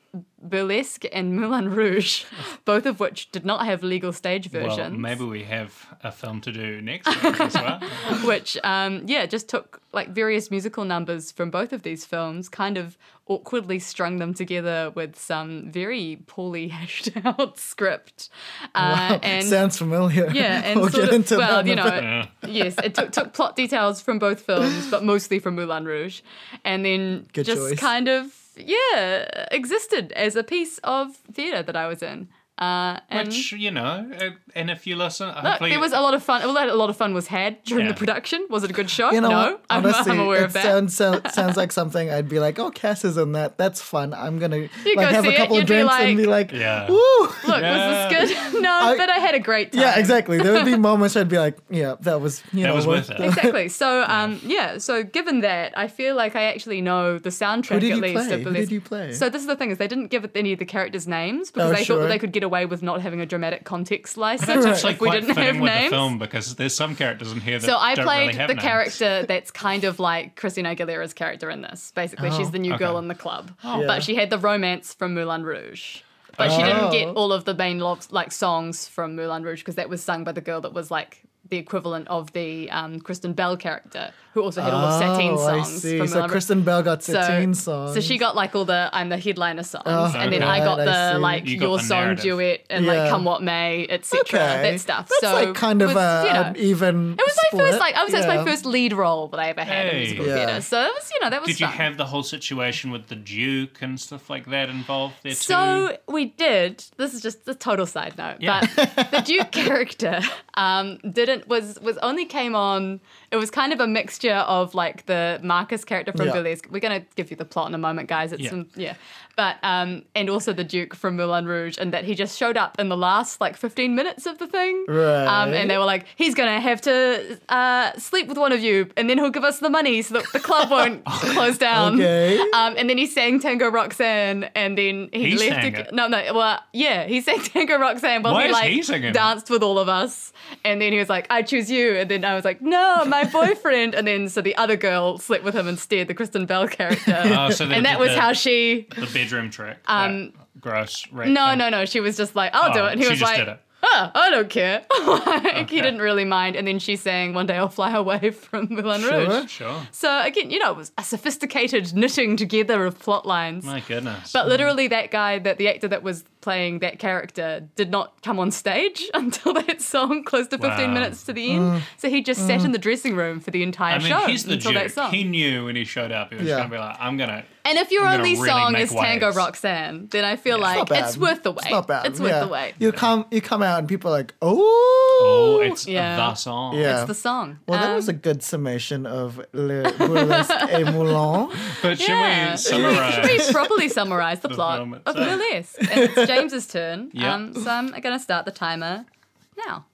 Burlesque and Moulin Rouge, both of which did not have legal stage versions.
Well, maybe we have a film to do next week as well.
which um, yeah just took like various musical numbers from both of these films kind of awkwardly strung them together with some very poorly hashed out script uh, and
Sounds familiar.
yeah and
we'll
sort
get
of
into that
well
in
you
a
know
bit.
Yeah.
yes it took, took plot details from both films but mostly from moulin rouge and then
Good
just
choice.
kind of yeah existed as a piece of theater that i was in uh, and
Which, you know, uh, and if you listen,
Look,
hopefully.
there was a lot of fun. A lot of fun was had during
Yeah.
the production. Was it a good show?
You know,
no,
what?
I'm,
honestly,
I'm aware
it
of that.
Sounds, sound- sounds like something I'd be like, oh, Cass is in that. That's fun. I'm gonna
You
like
go
have
see
a
it,
couple
you'd
of
be
drinks and be like,
Yeah.
woo.
Look,
Yeah.
was this good? no, but I had a great time.
Yeah, exactly. There would be moments I'd be like, yeah, that was you
That
know
was worth it.
Exactly. So, um, yeah. So, given that, I feel like I actually know the soundtrack
Who did
at
you
least.
play?
Of
Who
Burlesque.
did you play?
So this is the thing: is they didn't give any of the characters names because
Oh,
they thought
sure.
that they could get away with not having a dramatic context license
That's actually
if we
quite
didn't
fitting
have
with
names.
the film because there's some characters in here that
So I
don't
played
really have
the
names.
character that's kind of like Christina Aguilera's character in this. Basically, she's the new girl
okay.
in the club,
Oh, Yeah.
but she had the romance from Moulin Rouge. But she
Oh.
didn't get all of the main lo- like songs from Moulin Rouge because that was sung by the girl that was like the equivalent of the um, Kristen Bell character, who also had all of Sateen
Oh,
songs.
I see.
From
so
Moulin Rouge.
Kristen Bell got
So-
Satine songs.
So she got like all the I'm the headliner songs,
Oh,
and then I
okay.
got
Right, I
the
see.
like
You got
your
the
song
narrative.
duet and
Yeah.
like come what may, etc. That stuff.
That's
so
like kind
it
of
was,
a,
you know,
an even.
it was my first, like, I was that's my
Yeah.
first lead role that I ever had in
Hey.
musical
Yeah.
theatre. So it was, you know, that was
Did you
fun.
have the whole situation with the Duke and stuff like that involved there too?
so we did. This is just a total side note,
Yeah.
but the Duke character um, didn't was was only came on. It was kind of a mixture of like the Marcus character from
Yeah.
Burlesque. We're gonna give you the plot in a moment, guys. It's
Yeah.
yeah, yeah. but um, and also the Duke from Moulin Rouge, and that he just showed up in the last like fifteen minutes of the thing. Um,
Right.
and they were like, he's gonna have to uh, sleep with one of you, and then he'll give us the money so that the club won't close down.
Okay.
Um, and then he sang Tango Roxanne, and then he,
He
left.
sang
ag-
it?
No, no. Well, yeah, he sang Tango Roxanne while
Why
he
is
like
he singing it?
danced with all of us, and then he was like, "I choose you," and then I was like, "No, my boyfriend," and then so the other girl slept with him instead, the Kristen Bell character,
Oh, so they
and that
did
was
the,
how she.
the bedroom trick.
Um,
that gross. Rape
No,
thing.
no, no. She was just like, "I'll do
Oh,
it." And he
she
was
just
like,
did it.
"Oh, I don't care." like, He
Okay.
didn't really mind, and then she sang "One Day I'll Fly Away" from Moulin
Sure.
Rouge.
Sure.
So again, you know, it was a sophisticated knitting together of plot lines.
My goodness.
But literally, that guy, that the actor that was playing that character, did not come on stage until that song close to 15
Wow.
minutes to the end.
Mm.
so he just sat in the dressing room for the entire
I mean,
show
he's the
until that
Duke.
song.
He knew when he showed up, he was
Yeah.
going to be like, I'm going to.
and if your
I'm gonna
only
really
song
make
is Tango
waves.
Roxanne, then I feel
It's
like
not bad.
it's worth the wait.
It's not bad.
It's worth
yeah.
the wait.
You come, you come out, and people are like, oh,
Oh, it's
yeah.
the song.
Yeah.
It's the song.
Well, that
Um,
was a good summation of Le Burlesque et Moulin.
But should
Yeah.
we
Should we
summarize?
properly summarize the plot
film
of
itself.
Burlesque? And it's James's turn.
Yeah.
Um, so I'm going to start the timer now.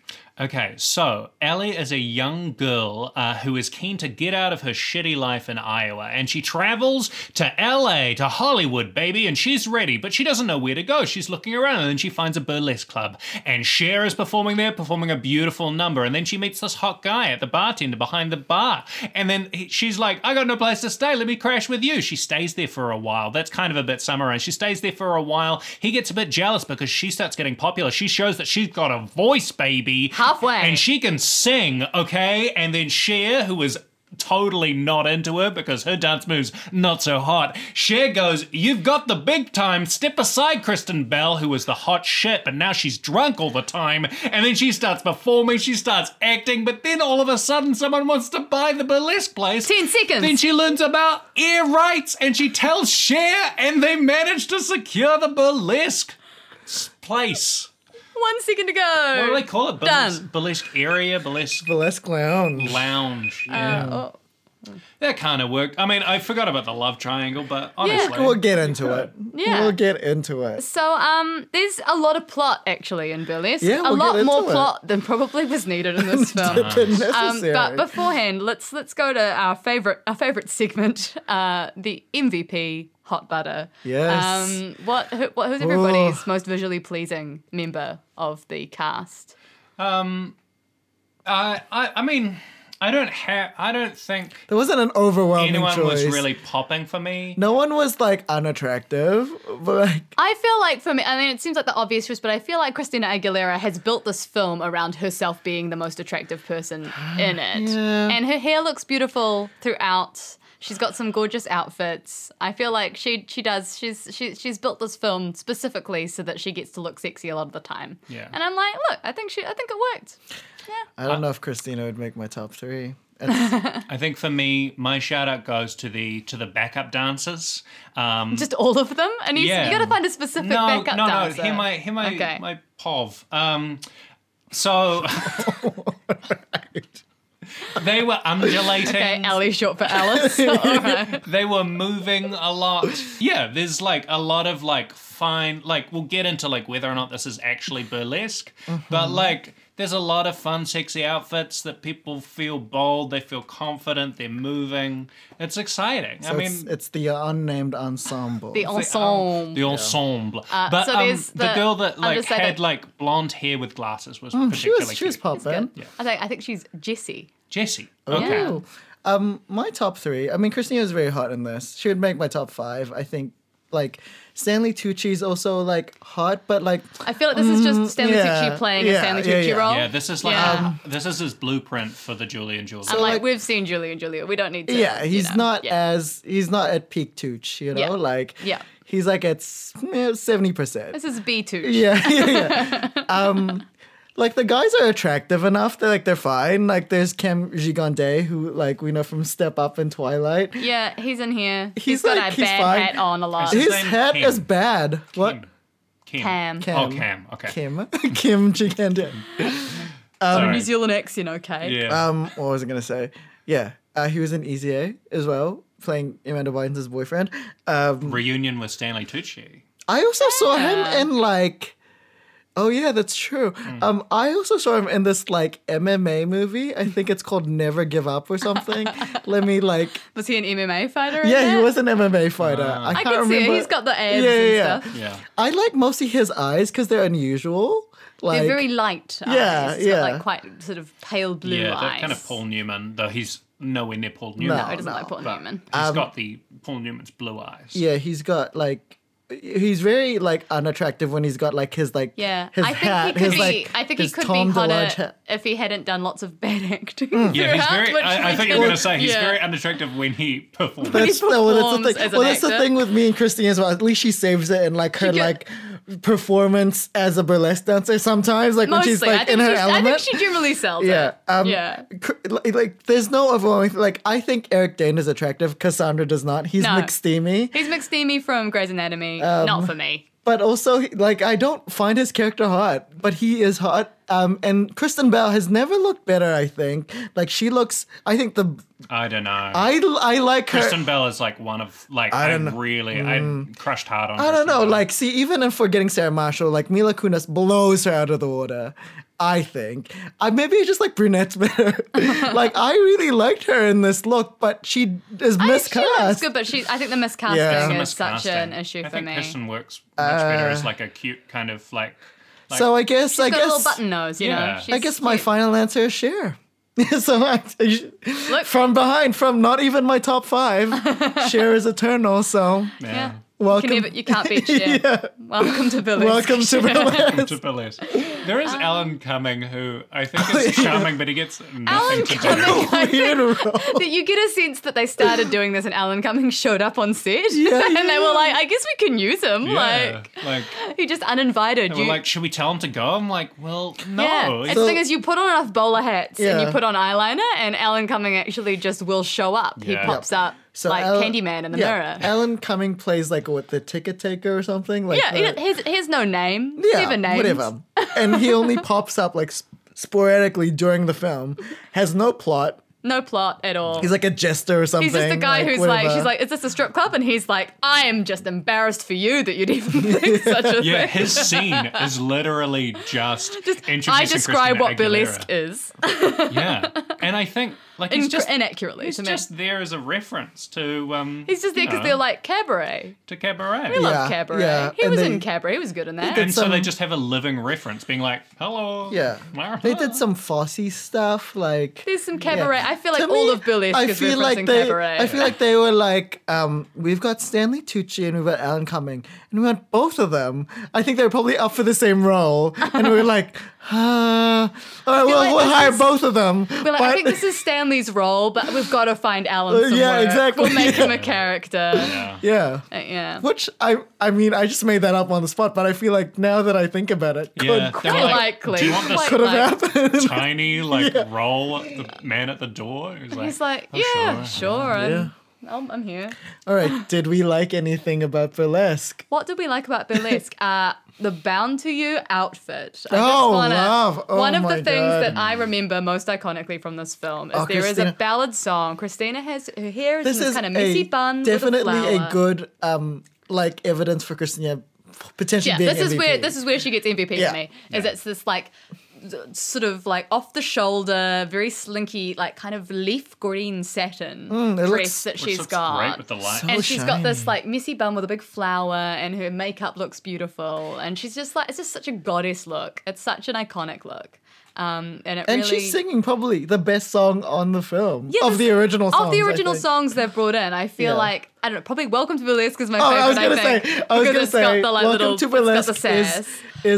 Okay, so Ellie is a young girl uh, who is keen to get out of her shitty life in Iowa, and she travels to LA, to Hollywood, baby, and she's ready, but she doesn't know where to go. She's looking around, and then she finds a burlesque club, and Cher is performing there, performing a beautiful number, and then she meets this hot guy at the bartender behind the bar, and then he- she's like, I got no place to stay, let me crash with you. She stays there for a while. That's kind of a bit summarized. She stays there for a while. He gets a bit jealous because she starts getting popular. She shows that she's got a voice, baby.
Halfway.
And she can sing, okay? And then Cher, who is totally not into her because her dance moves not so hot. Cher goes, You've got the big time. Step aside, Kristen Bell, who was the hot shit, but now she's drunk all the time. And then she starts performing, she starts acting, but then all of a sudden someone wants to buy the burlesque place.
10 seconds.
Then she learns about air rights and she tells Cher and they manage to secure the burlesque s- place.
One second to go.
What do they call it? Burlesque,
Done.
burlesque area, burlesque
Burlesque Lounge.
lounge. Yeah.
Oh.
that kind of worked. I mean, I forgot about the love triangle, but honestly,
We'll get into it.
Yeah.
We'll get into it.
So um, there's a lot of plot actually in Burlesque.
Yeah,
a
we'll
lot
get
more
into it.
plot than probably was needed in this film. Um,
Necessary.
but beforehand, let's let's go to our favorite our favorite segment, uh, the MVP hot butter.
Yes.
Um, what, who, what who's everybody's most visually pleasing member of the cast?
uh, I, I mean, I don't have. I don't think
There wasn't an overwhelming
anyone
choice.
was really popping for me.
no one was like unattractive, but like
I feel like for me, I mean, it seems like the obvious choice, but I feel like Christina Aguilera has built this film around herself being the most attractive person in it.
Yeah.
And her hair looks beautiful throughout. She's got some gorgeous outfits. I feel like she she does. She's she, she's built this film specifically so that she gets to look sexy a lot of the time.
Yeah.
And I'm like, look, I think she I think it worked.
I
Uh,
don't know if Christina would make my top three.
I think for me, my shout out goes to the to the backup dancers. Um,
Just all of them. And you
Yeah.
you got to find a specific
no,
backup
no,
dancer.
no. Hear my hear my
Okay.
my pov. Um, so they were undulating.
okay, Ellie short for Alice. All right.
they were moving a lot. Yeah, there's like a lot of like fine like we'll get into like whether or not this is actually burlesque, but like there's a lot of fun sexy outfits that people feel bold, they feel confident, they're moving. It's exciting. I
So
mean
it's, it's the unnamed ensemble.
The ensemble.
um, the ensemble, but
Uh, so
um,
there's
the,
the-
girl that
I'll
like
just say
had
that-
like blonde hair with glasses was
she
particularly
was she was
cute.
popping.
Good. I think I think she's Jessie.
Jessie. Okay,
Yeah.
Ooh. Um, my top three. I mean, Christina is very hot in this. She would make my top five. I think. Like Stanley Tucci's also like hot, but like
I feel like this is just Stanley
Mm, yeah,
Tucci playing
yeah,
a Stanley
yeah,
Tucci
yeah.
role.
yeah, this is like
Yeah.
this is his blueprint for the Julian Jules.
and like,
like-
we've seen Julie and Julia, we don't need to.
yeah,
you
he's
know,
not uh,
yeah.
as he's not at peak Tucci, you know.
Yeah.
Like
Yeah.
he's like at seventy percent.
This is B two.
Yeah, yeah, yeah. um, like the guys are attractive enough. They're like they're fine. Like there's Kim Gigande, who like we know from Step Up and Twilight.
Yeah, he's in here.
He's
he's got
like-
a
he's
bad
fine.
hat on a lot.
His
His
name?
head
Kim.
is bad. What?
Kim. Kim.
Cam.
Cam.
Oh, Cam. Okay.
Kim. Kim Gigande.
Sorry.
Oh, New Zealand accent, okay.
Yeah.
Um, what was I gonna say? Yeah, uh, he was in Easy A as well, playing Amanda Bynes' boyfriend. Um,
Reunion with Stanley Tucci.
I also saw him in like. Oh yeah, that's true.
Mm.
Um, I also saw him in this like MMA movie. I think it's called Never Give Up or something. Let me like
Was he an MMA fighter? in
Yeah, he
that?
was an MMA fighter. I
Ah. I
can't
can see it.
remember.
He's got the abs
Yeah,
and
yeah,
stuff.
Yeah.
I like mostly his eyes because they're unusual. Like,
They're very light.
Yeah,
eyes. He's got,
yeah.
like quite sort of pale blue
yeah,
eyes.
that kind of Paul Newman, though he's nowhere near Paul Newman.
No, he doesn't
no, Um,
like Paul
but
Newman.
he's got the Paul Newman's blue eyes.
yeah, he's got like. He's very like unattractive when he's got like his like
Yeah,
his
I think
hat,
he could
his,
be.
like,
I think he
his
could
Tom
be
DeLonge
hotter
hat. Mm.
if he hadn't done lots of bad acting.
Yeah, he's
throughout,
very.
which
I, I
we
thought you
can-
were going to say he's
yeah.
very unattractive when he performs.
That's, no, well, that's
performs
the thing.
as an
Well, that's the
actor.
thing with me and Christine as well. At least she saves it in like her
She
like performance as a burlesque dancer sometimes, like
Mostly,
when she's like
I, think
in her
she's- I
element.
think she generally sells
Yeah.
it.
Um,
yeah.
cr- Like, like, there's no overwhelming. Like, I think Eric Dane is attractive. Cassandra does not. He's
No.
McSteamy.
He's McSteamy from Grey's Anatomy.
um,
Not for me.
But also, he- like, I don't find his character hot, but he is hot. Um, and Kristen Bell has never looked better, I think. Like, she looks, I think the,
I don't know.
I, I like her.
Kristen Bell is like one of like I,
don't know. Mm.
really I crushed hard on.
I don't
Kristen
know.
Bell.
Like, see, even in Forgetting Sarah Marshall, like, Mila Kunis blows her out of the water. I think. I, maybe it's just like brunette's better. like, I really liked her in this look, but she is
I think
miscast.
She looks good, but she. I think the miscasting
Yeah. It's a
is such an
Miscasting.
issue
I
for
think
me.
Kristen works much better as like a cute kind of like. like
so I guess I
She's got a little
guess
button nose, you
Yeah.
know.
I
She's
I guess my
cute.
final answer is share. so I,
Look.
from behind, from not even my top five, share is eternal. So
Yeah.
Welcome-
You, can never, you can't beat Cher. Welcome to Village.
welcome to Berlin.
To burlesque. There
Um,
is Alan Cumming, who I think is charming, but he gets nothing
Alan
to do.
Cumming. I think
Weird role.
that you get a sense that they started doing this, and Alan Cumming showed up on set,
Yeah,
and they were like, "I guess we can use him."
Yeah,
Like
like
he just uninvited
They
you.
were like, should we tell him to go? I'm like, well, no.
Yeah,
It's-
it's the thing is, you put on enough bowler hats and
Yeah.
you put on eyeliner, and Alan Cumming actually just will show up. He
Yeah.
pops up like Candyman in the mirror.
Alan Cumming plays like what the ticket taker or something. Like
yeah, he
the-
don't- he's, he's no name. He's
yeah,
never named.
whatever. and he only pops up like sp- sporadically during the film. Has no plot.
No plot at all.
He's like a jester or something.
He's just the guy who's like,
whatever.
she's like, is this a strip club? And he's like, I am just embarrassed for you that you'd even think such a
yeah,
thing.
his scene is literally just,
Just,
introducing
I describe
Christina
what
Aguilera.
burlesque is.
Yeah, and I think like
In-
he's just
inaccurately
he's
to me.
just there as a reference to um
He's just there
you
because
know,
they're like cabaret.
to cabaret.
We love
Yeah,
cabaret.
yeah,
He
and
was
they-
in cabaret. He was good in that.
and so they
some-
just have a living reference, being like, "Hello."
Yeah,
Mara."
they did some Fosse stuff like.
There's some cabaret. I feel like
To
all
me,
of Bill Esk is referencing
they.
cabaret.
I feel like they were like, um, we've got Stanley Tucci and we've got Alan Cumming, and we want both of them. I think they're probably up for the same role, and we were like, uh, all right, we'll,
like
we'll
this
hire
is-
both of them.
We're like, I
but-
think this is Stanley's role, but we've got to find Alan.
Uh,
Some
yeah,
work.
exactly.
We'll make him a character. Yeah.
Yeah.
yeah.
yeah.
Which I I mean I just made that up on the spot, but I feel like now that I think about it, could
Yeah,
could
they were
Quite
like,
likely.
Do you want this
Quite
have
like-
happened.
tiny like roll at the man at the door? He's like,
He's like,
"Oh,
yeah,
sure."
sure. I'm, I'm, I'm here.
All right, did we like anything about burlesque?
What did we like about burlesque? uh, the bound to you outfit. I
Oh,
wanna-
love. Oh,
one of
my
the things
God.
that I remember most iconically from this film is
Oh,
there is
Christina-
a ballad song. Christina has her hair is
This
in this
is
kind of messy
a-
bun.
definitely
with a,
a
flower.
good um like evidence for Christina potentially
Yeah,
being
this is
MVP.
where this is where she gets MVP
Yeah.
for me. Is it's this like th- sort of like off the shoulder, very slinky, like kind of leaf green satin
Mm, it
dress
looks-
that
Which
she's
looks
got.
great with the light.
So-
and
Oh,
she's got this
shiny.
like messy bun with a big flower, and her makeup looks beautiful, and she's just like it's just such a goddess look. It's such an iconic look, um, and it
and
really
she's singing probably the best song on the film
Yeah,
of
this-
the original songs.
of the
I
original
think.
songs they've brought in. I feel
Yeah.
like I don't know. Probably Welcome to Burlesque is my
Oh,
favorite.
I was gonna
think,
say, I was
because
gonna
it's
say,
got the, like,
welcome
little,
to
it's got
burlesque
the sass.
is,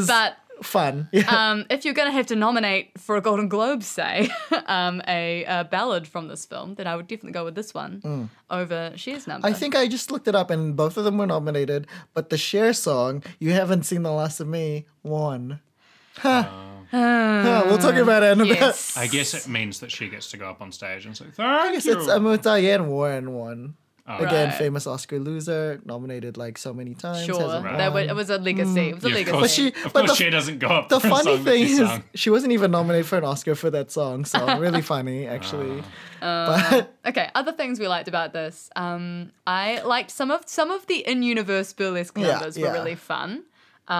is
but
fun. Yeah.
um, if you're going to have to nominate for a Golden Globe, say, um, a, a ballad from this film, then I would definitely go with this one over Cher's number.
Mm. I think I just looked it up, and both of them were nominated. But the share song, "You Haven't Seen the Last of Me," won. Huh. Huh, we'll talk about it in a bit.
Uh, yes.
I guess it means that she gets to go up on stage and say, "Thank
Yes,
you."
it's um, Diane Warren won. Again,
Right.
famous Oscar loser, nominated like so many times.
Sure,
hasn't
that
won.
wa- it was a
Mm.
legacy. It was a
Yeah, of
legacy.
course,
But she- but
of course
the-
she doesn't go up.
the
for a
funny
song that
thing
she
is,
sung.
she wasn't even nominated for an Oscar for that song. So really funny, actually.
Ah.
but
Okay, other things we liked about this. Um, I liked some of some of the in-universe burlesque
Yeah,
numbers
yeah.
were really fun.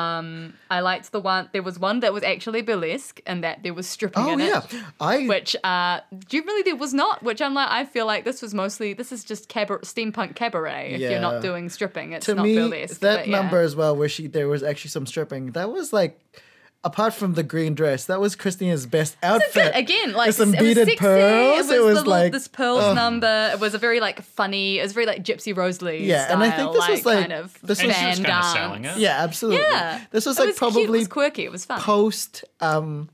Um, I liked the one. There was one that was actually burlesque, and that there was stripping
oh
in
yeah,
it.
I
Which uh, generally there was not. Which I'm like, I feel like this was mostly this is just cabaret, steampunk cabaret. If you're
Yeah.
not doing stripping, it's
to
not
me
burlesque.
that
but yeah.
number as well, where she there was actually some stripping. That was like. Apart from the green dress, that was Christina's best outfit.
Good. Again, like
With some
it was
beaded
sexy.
pearls.
It was,
It was
the little-
like-
this pearls number. It was a very like funny. It was very like Gypsy Rosalie.
Yeah,
style,
and I think this was, like,
kind of
this
and
was-
she was
fan
kind of
dance.
selling it.
Yeah, absolutely.
Yeah,
This was
It
like
cute,
probably
it was quirky. It was fun.
post um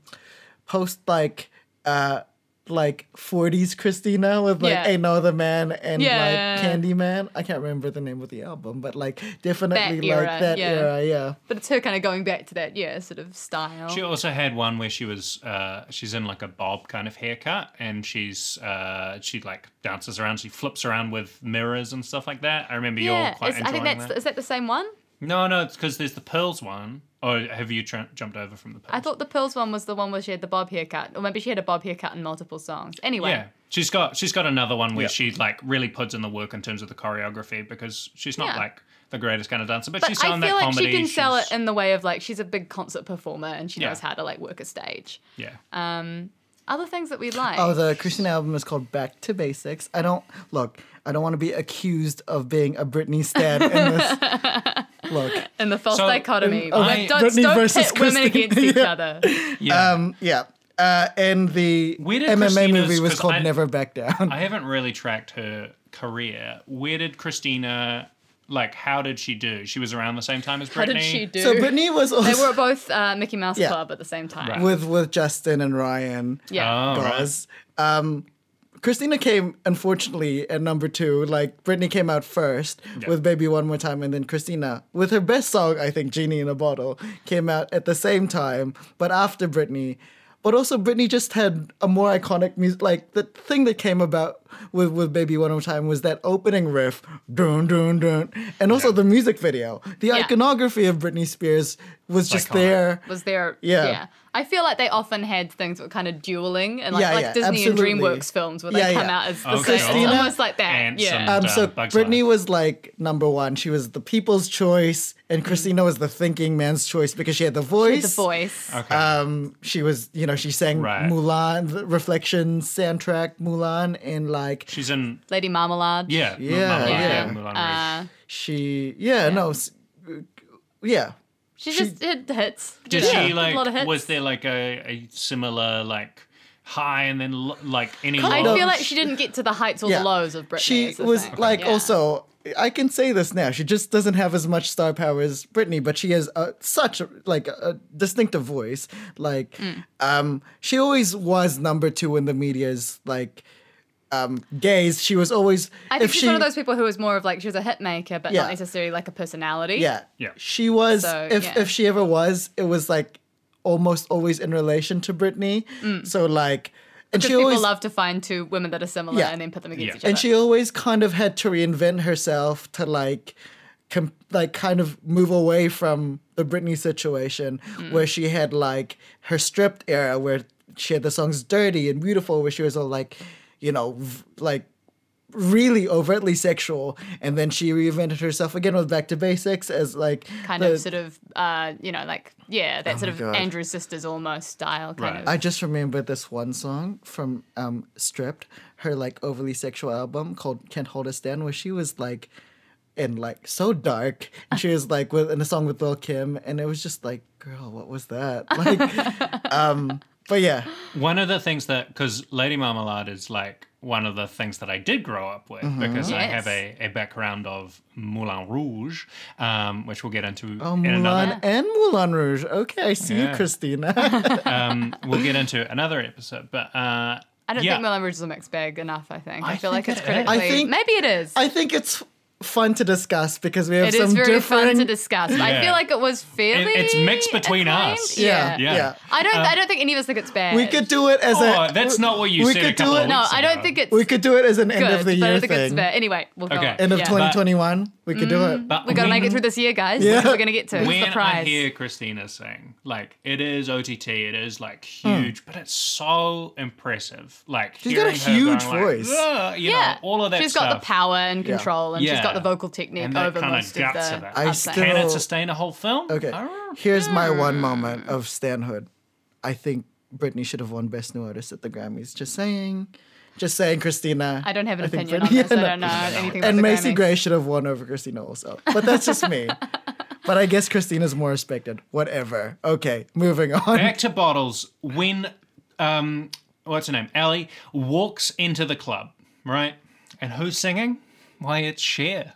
post like uh like 40s Christina with like
Yeah.
Ain't No Other Man and
Yeah.
like Candyman. I can't remember the name of the album, but like definitely
That
like
era,
that
yeah.
era, yeah.
but it's her kind of going back to that yeah sort of style.
She also had one where she was uh, she's in like a bob kind of haircut and she's uh, she like dances around, she flips around with mirrors and stuff like that. I remember you all
yeah,
quite
is- I
enjoying
think that's
that.
is that the same one?
No, no, it's because there's the pearls one. Or have you tr- jumped over from the pearls?
I thought the pearls one was the one where she had the bob haircut, or maybe she had a bob haircut in multiple songs. Anyway,
Yeah. She's got she's got another one where she like really puts in the work in terms of the choreography because she's not
Yeah.
like the greatest kind of dancer, but,
but
she's
I
selling
feel
that
like
comedy.
she can sell it
she's-
in the way of like she's a big concert performer and she
Yeah.
knows how to like work a stage.
yeah.
Um, other things that we like.
Oh, the Christina album is called Back to Basics. I don't look, I don't want to be accused of being a Britney stan in this look.
in the false
So,
dichotomy.
um,
Like,
I-
don't
Oh, Britney
don't
versus
pit women
Christine.
against each
Yeah.
other.
yeah.
Um yeah. Uh and the
Where did
MMA
Christina's-
movie was
'cause
called
I-
Never Back Down.
I haven't really tracked her career. Where did Christina like how did she do? She was around the same time as Britney.
How did she do?
so Britney was also
they were both uh, Mickey Mouse
Yeah.
Club at the same time.
Right.
with with Justin and Ryan.
Yeah.
Oh, right.
guys. Um, Christina came unfortunately at number two. Like Britney came out first with "Baby One More Time," and then Christina, with her best song, I think "Genie in a Bottle," came out at the same time, but after Britney. But also, Britney just had a more iconic music. Like the thing that came about with with Baby One More Time was that opening riff, dun dun dun, and also the music video. The iconography of Britney Spears was just
Iconic.
there.
was there
Yeah.
yeah. I feel like they often had things that were kind of dueling and like,
Yeah,
like
yeah,
Disney
absolutely.
and DreamWorks films where they
Yeah,
come
yeah.
out as the
Okay.
same.
Christina
It's almost like that.
and
yeah.
some-
Um,
Done.
so
Bugs
Britney
Life.
was like number one. She was the people's choice, and Christina was the thinking man's choice because Mm-hmm. she had the voice.
the voice.
Okay.
Um, she was, you know, she sang
Right.
Mulan, the Reflection soundtrack, Mulan, and like
She's in.
Lady Marmalade.
Yeah. Mulan-
Yeah, Oh, yeah.
Mulan Rouge.
Uh,
she, yeah, no, s- yeah,
she, just did hits.
Did
Yeah.
she
Did
like?
a lot of hits.
Was there like a, a similar like high and then lo- like any?
I
low?
feel like she didn't get to the heights or
yeah.
the lows of Britney.
She
is the
was
thing.
like
Yeah.
also. I can say this now. She just doesn't have as much star power as Britney, but she has a, such a, like a distinctive voice. Like,
Hmm.
um, she always was number two in the media's like um gaze. She was always
I think
if
she's
she,
one of those people who is more of like she was a hit maker, but
Yeah.
not necessarily like a personality.
Yeah.
Yeah.
She was
So,
if
yeah.
if she ever was, it was like almost always in relation to Britney. So like
Hmm.
and
Because
she
people
always
love to find two women that are similar
Yeah.
and then put them against
Yeah.
each other.
and she always kind of had to reinvent herself to like com- like kind of move away from the Britney situation
Mm.
where she had like her stripped era where she had the songs dirty and beautiful where she was all like you know v- like really overtly sexual and then she reinvented herself again with back to basics as like
kind
the- Oh
of sort of uh, you know like yeah that sort of
God.
Andrew's sisters almost style kind
Right.
of.
I just remembered this one song from um, Stripped, her like overly sexual album called Can't Hold Us Down, where she was like, and like so dark. And she was like with in a song with Lil Kim, and it was just like, girl, what was that? Like, um, but yeah,
One of the things that, because Lady Marmalade is like one of the things that I did grow up with because I
Mm-hmm. Yes.
have a, a background of Moulin Rouge, um, which we'll get into
oh,
in another.
Mulan and Moulin Rouge. Okay, I see you,
Yeah.
Christina.
Um, we'll get into another episode, but uh,
I don't
yeah.
think Moulin Rouge is a mixed bag enough. I think I,
I
feel
think
like it's
it is.
critically.
I think-
maybe it is.
I think it's fun to discuss because we have
It
some
is very
different.
fun to discuss. but I
Yeah.
feel like it was fairly.
it's mixed between
acclaimed.
us.
yeah,
Yeah.
yeah.
Yeah. Uh,
I don't. I don't think any of us think it's bad.
We could do it as a.
Oh, that's not what you
we
said
could
a couple
do it-
of
No,
weeks
I don't
ago.
think it's
We could do it as an
good.
end of the
but I
year
don't think it's
thing.
bad. Anyway, we'll go.
Okay.
on.
End of
Yeah. Mm.
2021, we could do it.
But
We gotta make
when-
it through this year, guys.
Yeah.
That's what we're gonna get to. It's the
When I
prize.
hear Christina sing, like it is OTT, it is like
Hmm.
huge, but it's so impressive. Like she's
got a huge voice.
yeah,
all of that.
She's
stuff.
got the power and control, and she's got the
Yeah.
vocal technique
And that
over
kinda
most of
guts
the.
of it.
I
other
still-
things.
Can
So-
it sustain a whole film?
Okay.
I don't-
Here's my one moment of Stanhood. I think Britney should have won Best New Artist at the Grammys. Just saying. Just saying, Christina.
I don't have an
think
opinion on
Britney-
this.
Yeah,
I don't know anything about
And
the
Macy
Grammys.
Gray should have won over Christina also. But that's just me. but I guess Christina's more respected. Whatever. Okay, moving on.
Back to bottles. When, um, what's her name? Allie walks into the club, right? And who's singing? Why, it's Cher.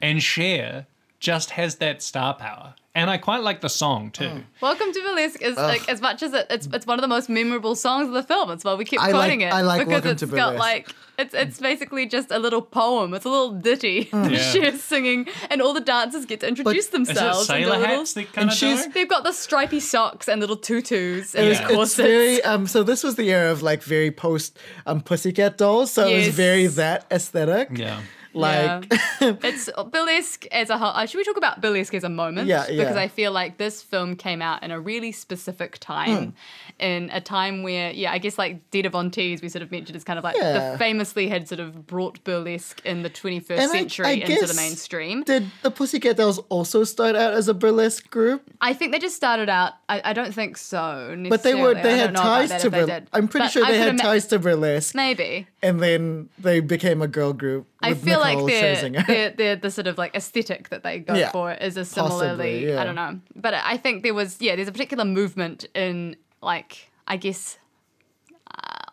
And Cher just has that star power. And I quite like the song too.
Oh. Welcome to Burlesque is like as much as it, it's it's one of the most memorable songs of the film. It's why we keep
I like-
quoting it.
I like
because
Welcome
it's
to
got
Burlesque.
like it's it's basically just a little poem. It's a little ditty
Mm.
that
Yeah.
she's singing, and all the dancers get to introduce
Is it
themselves. and do
sailor
a little-
hats that kind
And
of
she's-
doing?
They've got the stripy socks and little tutus and
was-
the
it's
It's
corsets.
very um so this was the era of like very post um pussycat dolls, so it was
Yes.
very that aesthetic.
Yeah.
Like
Yeah. it's burlesque as a whole. Uh, should we talk about burlesque as a moment?
Yeah,
Because
yeah.
I feel like this film came out in a really specific time,
Hmm.
in a time where, yeah, I guess like Dita Von Teese, we sort of mentioned, is kind of like
Yeah.
the famously had sort of brought burlesque in the 21st
and I-
century
I
into the
guess-
mainstream.
Did the Pussycat Dolls also start out as a burlesque group?
I think they just started out. I, I don't think so.
But they were
necessarily.
they
I
had
don't know about
ties
that
to
if they
burlesque.
did.
I'm pretty
But
sure
I
they
could
had
ima-
ties to burlesque,
Maybe.
and then they became a girl group.
I
with
feel
Nicole
like they're,
Scherzinger.
they're, they're the sort of like aesthetic that they go
Yeah.
for is a
Possibly,
similarly
yeah.
I don't know, but I think there was yeah there's a particular movement in like I guess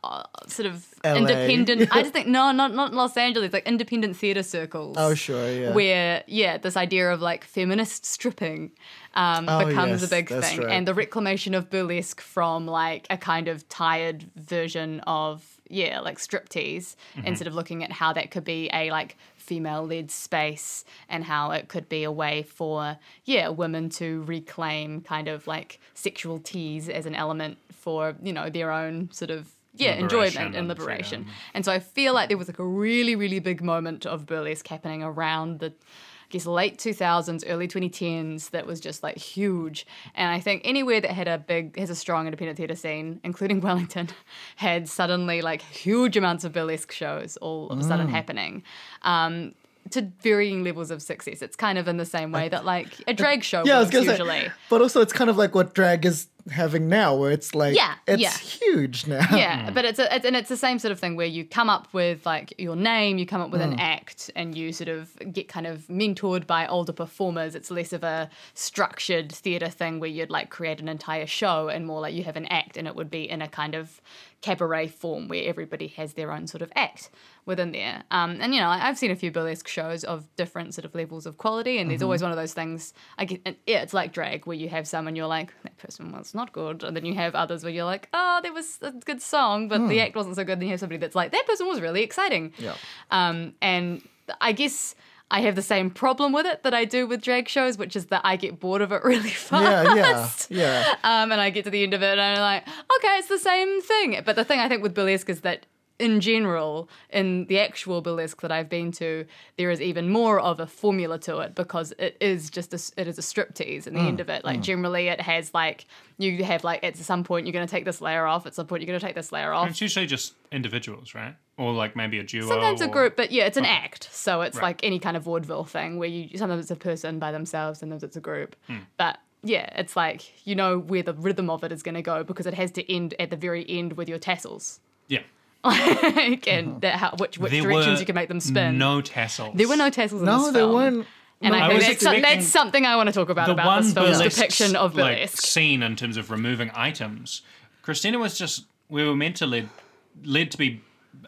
uh, sort of
LA.
independent. I just think no not not Los Angeles like independent theater circles.
Oh, sure, yeah.
Where yeah this idea of like feminist stripping um,
Oh,
becomes
yes,
a big
that's
thing
right.
and the reclamation of burlesque from like a kind of tired version of yeah like striptease instead of looking at how that could be a like female led space and how it could be a way for yeah women to reclaim kind of like sexual tease as an element for you know their own sort of yeah, enjoyment
Liberation
and
and
liberation.
freedom.
And so I feel like there was like a really, really big moment of burlesque happening around the, I guess, late 2000s, early 2010s that was just like huge. And I think anywhere that had a big, has a strong independent theatre scene, including Wellington, had suddenly like huge amounts of burlesque shows all of a
Mm.
sudden happening. Um, to varying levels of success. It's kind of in the same way that like a drag show
Yeah, I was
was,
gonna
usually.
say. But also, it's kind of like what drag is having now, where it's like,
Yeah,
it's
yeah.
huge now.
yeah, but it's, a, it's and it's the same sort of thing where you come up with like your name, you come up with an act, and you sort of get kind of mentored by older performers. It's less of a structured theatre thing where you'd like create an entire show, and more like you have an act, and it would be in a kind of cabaret form where everybody has their own sort of act within there. Um, and you know, I- I've seen a few burlesque shows of different sort of levels of quality, and there's
Mm-hmm.
always one of those things. I get, and yeah, it's like drag where you have some and you're like, that person was not good, and then you have others where you're like, oh, there was a good song, but the act wasn't so good. And then you have somebody that's like, that person was really exciting.
Hmm. Yeah.
Um, and I guess. I have the same problem with it that I do with drag shows, which is that I get bored of it really fast.
Yeah, yeah, yeah.
Um, and I get to the end of it and I'm like, okay, it's the same thing. But the thing I think with burlesque is that in general, in the actual burlesque that I've been to, there is even more of a formula to it because it is just a, s- it is a striptease in the end of it. Like generally, it has like you have like at some point you're going to take this layer off. At some point you're going to take this layer off.
It's usually just individuals, right? Or like maybe a duo.
Sometimes a
or-
group, but yeah, it's an act. So it's
Right.
like any kind of vaudeville thing where you sometimes it's a person by themselves, sometimes it's a group.
Hmm.
But yeah, it's like you know where the rhythm of it is going to go because it has to end at the very end with your tassels,
Yeah.
like and that how, which which
Uh-huh. There
directions
were
you can make them spin.
No tassels.
there were no tassels. in
No,
this
there
film.
weren't-
And
no,
I
I
think
was
that's, some,
expecting
that's something I want to talk about
the
about
one
this film's
burlesque
depiction of
like,
burlesque.
scene in terms of removing items. Christina was just we were meant to lead led to be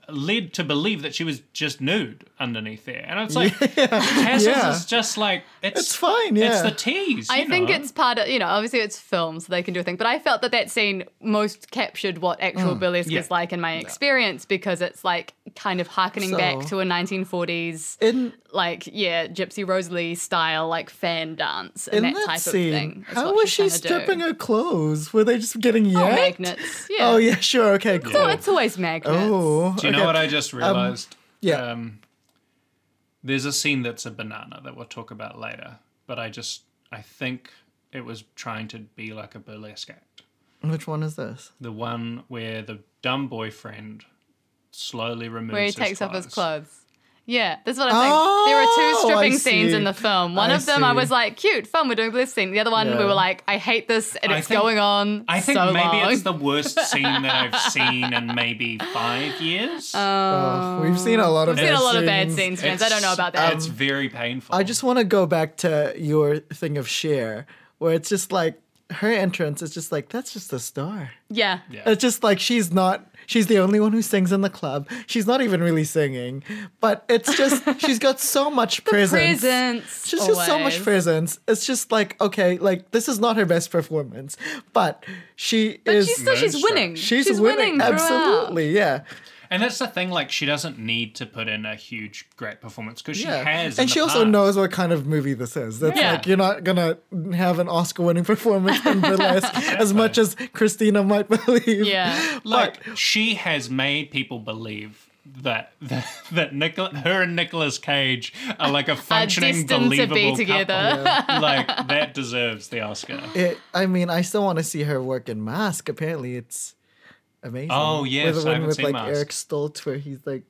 led to believe that she was just nude underneath there, and it's like tassels
Yeah.
is just like it's,
It's fine, yeah.
it's the tease.
I
you
think
know?
it's part of you know obviously it's film so they can do a thing but I felt that that scene most captured what actual
Mm,
burlesque
Yeah.
is like in my experience because it's like kind of harkening back to
So-
a 1940s
In
like yeah Gypsy Rosalie style like fan dance and
in
that,
that,
type of
scene,
thing. is
how
what
was
she's trying to
she
do.
stripping her clothes? Were they just getting yanked?
Oh, magnets? Yeah.
Oh yeah, sure, okay, cool.
So it's always magnets.
Oh,
Do you know
okay.
what I just realized?
yeah.
Um, there's a scene that's a banana that we'll talk about later, but I just I think it was trying to be like a burlesque act.
Which one is this?
The one where the dumb boyfriend slowly removes
where he
his
takes off
clothes.
his clothes. Yeah, that's what I'm
Oh,
saying. There are two stripping
I
scenes in
see.
the film. One
I
of them I
see.
was like, cute, fun, we're doing this scene. The other one we
Yeah.
were like, I hate this and
I
it's
think-
going on.
I think
so
maybe
long.
it's the worst scene that I've seen in maybe five years.
Oh, we've seen a lot
I've
of
seen
bad
a lot of bad scenes,
scenes.
fans. Um, I don't know about that.
It's
um,
very painful.
I just want to go back to your thing of Cher, where it's just like her entrance is just like that's just a star.
yeah.
It's just like she's not. She's the only one who sings in the club. She's not even really singing, but it's just she's got so much presence.
Presence.
She's just so much
always.
presence. It's just like okay, like this is not her best performance, but she
But
is.
she's still she's
Moonstruck.
winning.
she's winning,
throughout.
absolutely. Yeah,
and that's the thing. Like she doesn't need to put in a huge, great performance because she
yeah.
has. in
and
the
she also
past.
knows what kind of movie this is. That's
Yeah.
like you're not gonna have an Oscar-winning performance in burlesque as much as Christina might believe.
Yeah.
Like she has made people believe that that, that Nicola, her and Nicolas Cage are like a
Are
functioning,
destined to
believable
be
couple.
together.
Like that deserves the Oscar.
It, I mean, I still want to see her work in Mask. Apparently, it's amazing.
Oh, yes,
with
I
the one
haven't
with
seen
like
Mask.
Eric Stoltz, where he's like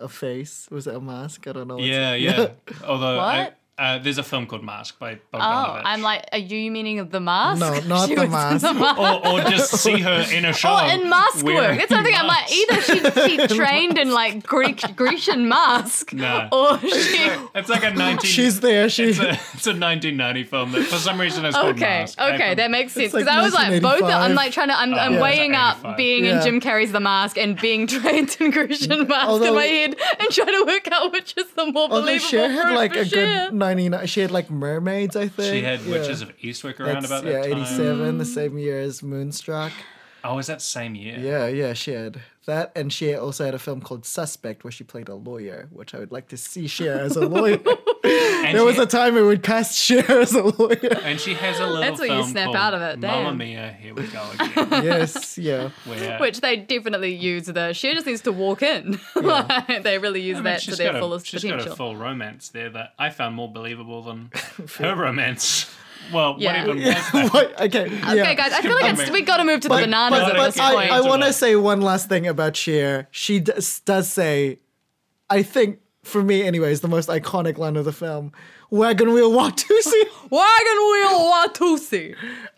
a face. Was it a mask? I don't know. what's-
Yeah, yeah. Although I,
What?
uh, there's a film called Mask by
Oh,
Bogdanovich.
I'm like, are you meaning the mask?
No, not
She
the
was in
mask. oh,
or, or just see her in a show.
Or in Oh, mask
wearing
work. That's something I'm like,
masks.
either she, she trained in like Greek Grecian mask,
Nah.
or she.
It's like a 19.
she's there. She.
It's a, it's a 1990 film that for some reason is called
Okay,
Mask. I
okay,
don't-
that makes sense.
like
Because I was like, both. Are, I'm
1985.
like trying to. I'm, I'm
yeah.
weighing up
85.
being
Yeah.
in Jim Carrey's The Mask and being trained in Grecian mask in
Although-
my head and trying to work out which is the more
Although
believable.
Cher had
fruit
like
for
a
Cher.
good ninety-nine. She had like mermaids, I think.
She had
yeah.
Witches of Eastwick around
That's-
about
yeah,
that time.
eighty-seven, the same year as Moonstruck.
Oh, is that same year?
Yeah, yeah, she had that, and she also had a film called Suspect, where she played a lawyer, which I would like to see Cher as a lawyer.
And
There
she-
was a time it would cast Cher as a lawyer.
and she has a little
That's what you
film
snap
called
out of it,
Mamma
damn.
Mia, here we go again.
yes, yeah.
where-
Which they definitely use the she just needs to walk in. like, they really use
I mean,
that to
she's
their
got a-
fullest
she's
potential.
got a full romance there that I found more believable than her romance. Well,
Yeah.
whatever. was that?
What- okay.
Okay, guys, I feel like it's,
Amazing.
we got to move to the bananas
but-
at
but
this
I,
point.
I want to
Right.
say one last thing about Cher. She does, does say, I think, for me, anyways, the most iconic line of the film Wagon Wheel Watusi.
Wagon wheel Watusi.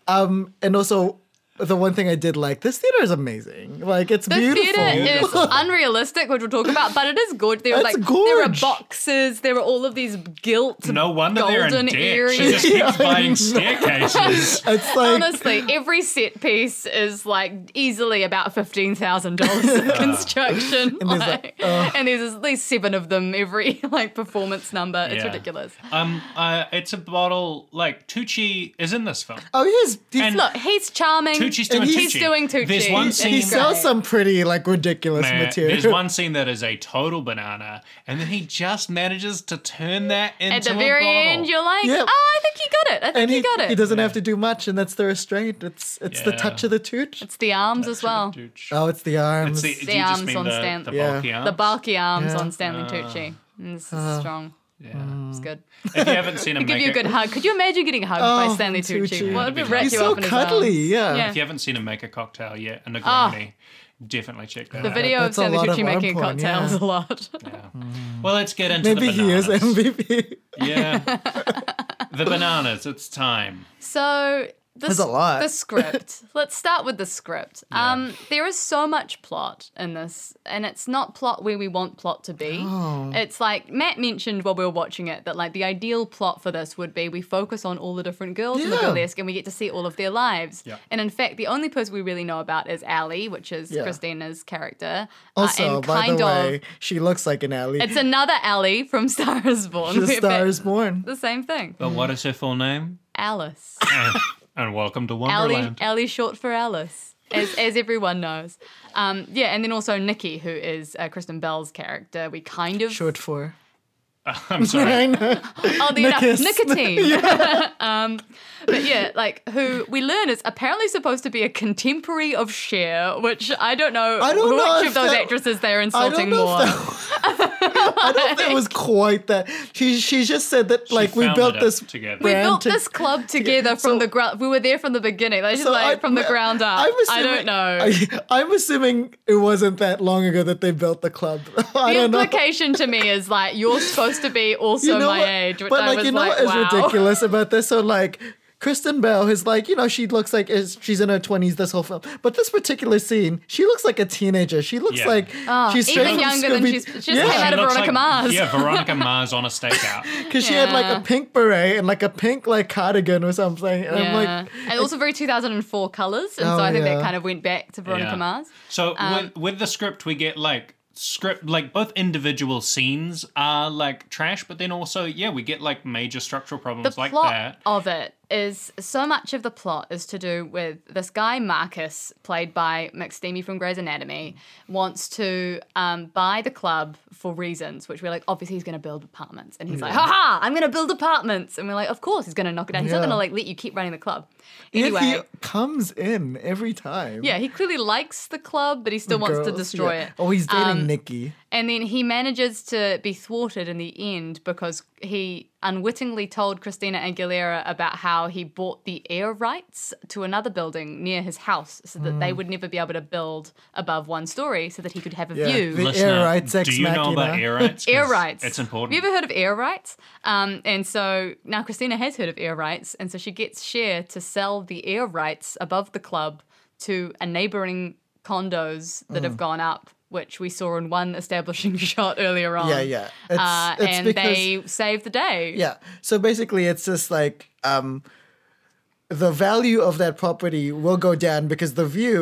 Um, and also, the one thing I did like this theater is amazing. Like, it's
The
beautiful.
theater is
Beautiful.
unrealistic, which we'll talk about, but it is good. There were
That's
like there are
gorge.
boxes, there are all of these gilt.
No wonder they're in
golden
debt.
earrings.
She just
Yeah, I
keeps
know.
buying staircases.
It's like,
Honestly, every set piece is like easily about fifteen thousand dollars in construction,
there's,
like- and there's at least seven of them every like performance number. It's
Yeah.
ridiculous.
Um, uh, it's a bottle like Tucci is in this film.
oh, he's, he's
And-
Look, he's charming.
Tucci's doing
he's
Tucci.
doing Tucci.
There's one
He's
scene-
he
great.
sells some pretty, like, ridiculous
Man,
material.
There's one scene that is a total banana, and then he just manages to turn that into
at the
a
very
bottle.
end. You're like,
Yep.
oh, I think he got it. I think
and
he,
he,
got it.
he doesn't have to do much, and that's the restraint. It's it's the
Yeah.
touch of the toot.
it's the arms as well.
Oh, it's the
It's
arms.
the,
The
you
arms
just mean
on
the,
stand-
the
Yeah.
bulky arms. Ah.
The bulky arms
Yeah. Ah.
on Stanley Tucci. Mm, This is strong.
Yeah.
It's good.
If you haven't seen him,
Give
make
you a
it-
good hug. Could you imagine getting hugged by
Oh,
Stanley Tucci?
Tucci.
What
Yeah,
would wrap
he's
you
so
up in his
cuddly,
arms?
yeah.
yeah.
If you haven't seen him make a cocktail yet, a Negroni, definitely check that
Ah. The
out.
video of
That's a
Stanley
lot of
Tucci making
arm porn,
cocktails
yeah.
a lot.
Yeah. Well, let's get into
Maybe
the
he is
bananas.
Uh,
MVP.
Yeah. the bananas. It's time.
So the,
There's a
s-
lot.
the script. Let's start with the script. Um, there is so much plot in this, and it's not plot where we want plot to be.
Oh.
It's like Matt mentioned while we were watching it that like the ideal plot for this would be we focus on all the different girls in the
Yeah.
burlesque and we get to see all of their lives.
Yeah.
And in fact, the only person we really know about is Allie, which is
Yeah.
Christina's character. uh,
Also,
and
by
kind
the
of,
way, she looks like an alley.
it's another Allie from Star Is Born.
the
We're
star
back-
is born.
the same thing.
But what is her full name?
Alice.
and, and welcome to
Ellie,
Wonderland.
Ellie short for Alice, as, as everyone knows. Um, yeah, and then also Nikki, who is uh, Kristen Bell's character. We kind of
Short for.
I'm sorry.
oh, the enough,
Nickus.
nicotine. um, but yeah, like who we learn is apparently supposed to be a contemporary of Cher, which I don't know
I don't
which
know
of
if
those
that-
actresses they're
I don't
insulting
know
more.
if that. I don't think it was quite that. She she just said that like we
found
built
it up
this
together. We
we
brand
built
to-
this club together from
So-
the ground. We were there from the beginning. Like, just
so
like
I-
from the ground up.
I'm
I don't
assuming-
know.
I, am assuming it wasn't that long ago that they built the club. I
the
don't know.
implication to me is like you're supposed to be also my
what-
age, which
but
I
like
was
you know
like,
what is
wow.
ridiculous about this? So like. Kristen Bell is like, you know, she looks like is- she's in her 20s this whole film. But this particular scene, she looks like a teenager. She looks
Yeah.
like
Oh,
she's straight
even
from
younger than
Scooby-
she's. She just
Yeah.
came out
She
of
looks
Veronica
like-
Mars.
Yeah, Veronica Mars on a stakeout.
Because she had like
Yeah.
a pink beret and like a pink like cardigan or something. And I'm
Yeah.
like,
and also very 2004 colors, and
Oh,
so I think
yeah.
that kind of went back to Veronica
Yeah.
Mars.
So
Um,
with, with the script, we get like script, like both individual scenes are like trash, but then also, yeah, we get like major structural problems
the
like
plot
that.
of it is so much of the plot is to do with this guy Marcus, played by McSteamy from Grey's Anatomy, wants to um, buy the club for reasons which we're like, obviously he's going to build apartments, and he's like, ha ha, I'm going to build apartments, and we're like, of course he's going to knock it down. He's not
Yeah.
going to like let you keep running the club.
if
Anyway,
he comes in every time.
yeah, he clearly likes the club, but he still wants to
girls,
destroy
yeah.
it.
Oh, he's dating
Um,
Nikki.
And then he manages to be thwarted in the end because he unwittingly told Christina Aguilera about how he bought the air rights to another building near his house so that
Mm.
they would never be able to build above one story so that he could have a
Yeah.
view.
The-
Listener,
air rights ex
do you know about
machina.
air rights? 'Cause
Air rights.
It's important.
Have you ever heard of air rights? Um, and so now Christina has heard of air rights, and so she gets Cher to sell the air rights above the club to a neighbouring condos that
Mm.
have gone up, which we saw in one establishing shot earlier on.
Yeah, yeah. It's,
Uh,
it's
and
because
they saved the day.
yeah. So basically, it's just like um, the value of that property will go down because the view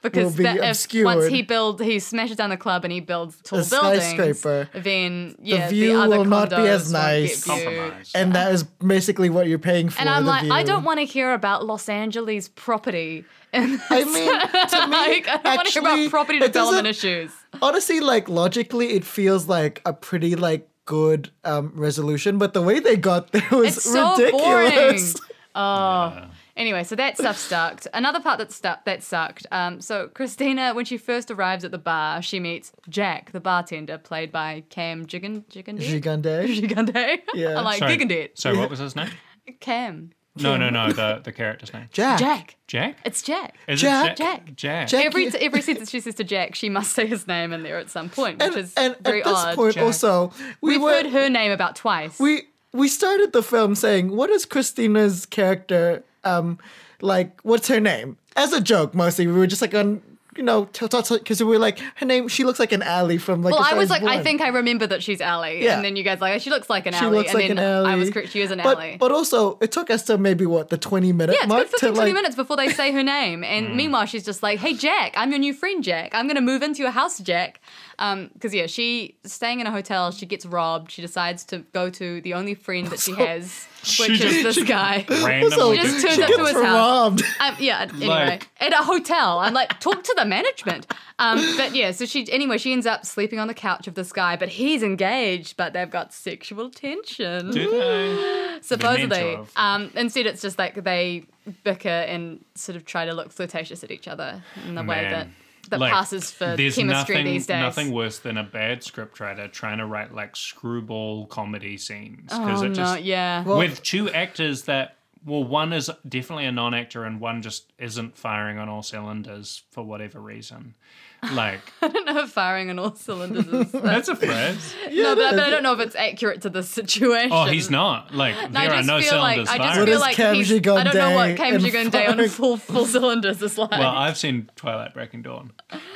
will
Because
be
that- if-
obscured.
once he build, he smashes down the club and he builds tall
A
buildings.
skyscraper.
Then yeah, the,
view
other
will not be
condos
as
won't get
nice.
viewed.
Compromise.
and that is basically what you're paying for.
And I'm
the
like, I
view.
don't want to hear about Los Angeles property. And
I mean, to me,
like, I don't want to hear
actually,
about property
it doesn't-
development issues.
honestly, like logically, it feels like a pretty like good um, resolution, but the way they got there was
It's so boring.
ridiculous.
Oh. Anyway, so that stuff sucked. Another part that stuck that sucked. Um, so Christina, when she first arrives at the bar, she meets Jack, the bartender, played by Cam Jigan Gigande.
Gigande.
Gigande.
Yeah.
I'm like
Sorry,
Gigande.
sorry, what was his name?
Cam.
No, no, no, the, the character's name.
Jack.
Jack.
Jack?
It's Jack.
Is
Jack.
It Jack? Jack.
Jack.
every
you.
every sentence she says to Jack, she must say his name in there at some point, which
And,
is
and
very
at this
odd.
point,
Jack.
also, we
We've
were
heard her name about twice.
we we started the film saying, "What is Christina's character um like? What's her name?" As a joke, mostly we were just like on you know because we were like her name. She looks like an alley from like.
well,
A
I
Star
was
Is
like, I
Born.
think I remember that she's Allie,
Yeah.
and then you guys like, she looks like an
She
Allie,
looks
and
like
then
an alley.
I was correct, she is an
but,
Allie.
But also, it took us to maybe what the twenty minute
yeah, it's
mark Hmm.
been 15,
to
20
like
minutes before they say her name. And meanwhile, she's just like, hey, Jack, I'm your new friend, Jack. I'm going to move into your house, Jack. Because, yeah, she's staying in a hotel. She gets robbed. She decides to go to the only friend that she has,
She
which is
just-
this guy.
Randomly
Also,
gets
just turns
she
up to
gets
his house.
robbed.
Um, yeah, anyway,
Like-
at a hotel. I'm like, talk to the management. Um, but yeah, so she anyway she ends up sleeping on the couch of this guy, but he's engaged, but they've got sexual tension
Do they?
supposedly.
Memento of.
Um, instead, it's just like they bicker and sort of try to look flirtatious at each other in the way
Man.
that that
Like,
passes for
there's
chemistry
nothing,
these days.
Nothing worse than a bad scriptwriter trying to write like screwball comedy scenes because
oh
it
no,
just
yeah.
with two actors that well one is definitely a non-actor and one just isn't firing on all cylinders for whatever reason like
firing on all cylinders. Is,
that's a phrase
no, but,
that
but I
is-
don't know if it's accurate to this situation.
oh he's not like
I
there are
just
no
feel like
cylinders
I just
firing.
What
feel
is
like
Cam
he's, I don't know what
Gigande
Cam
and
Gigande on
firing-
full full cylinders is like.
well, I've seen Twilight Breaking Dawn,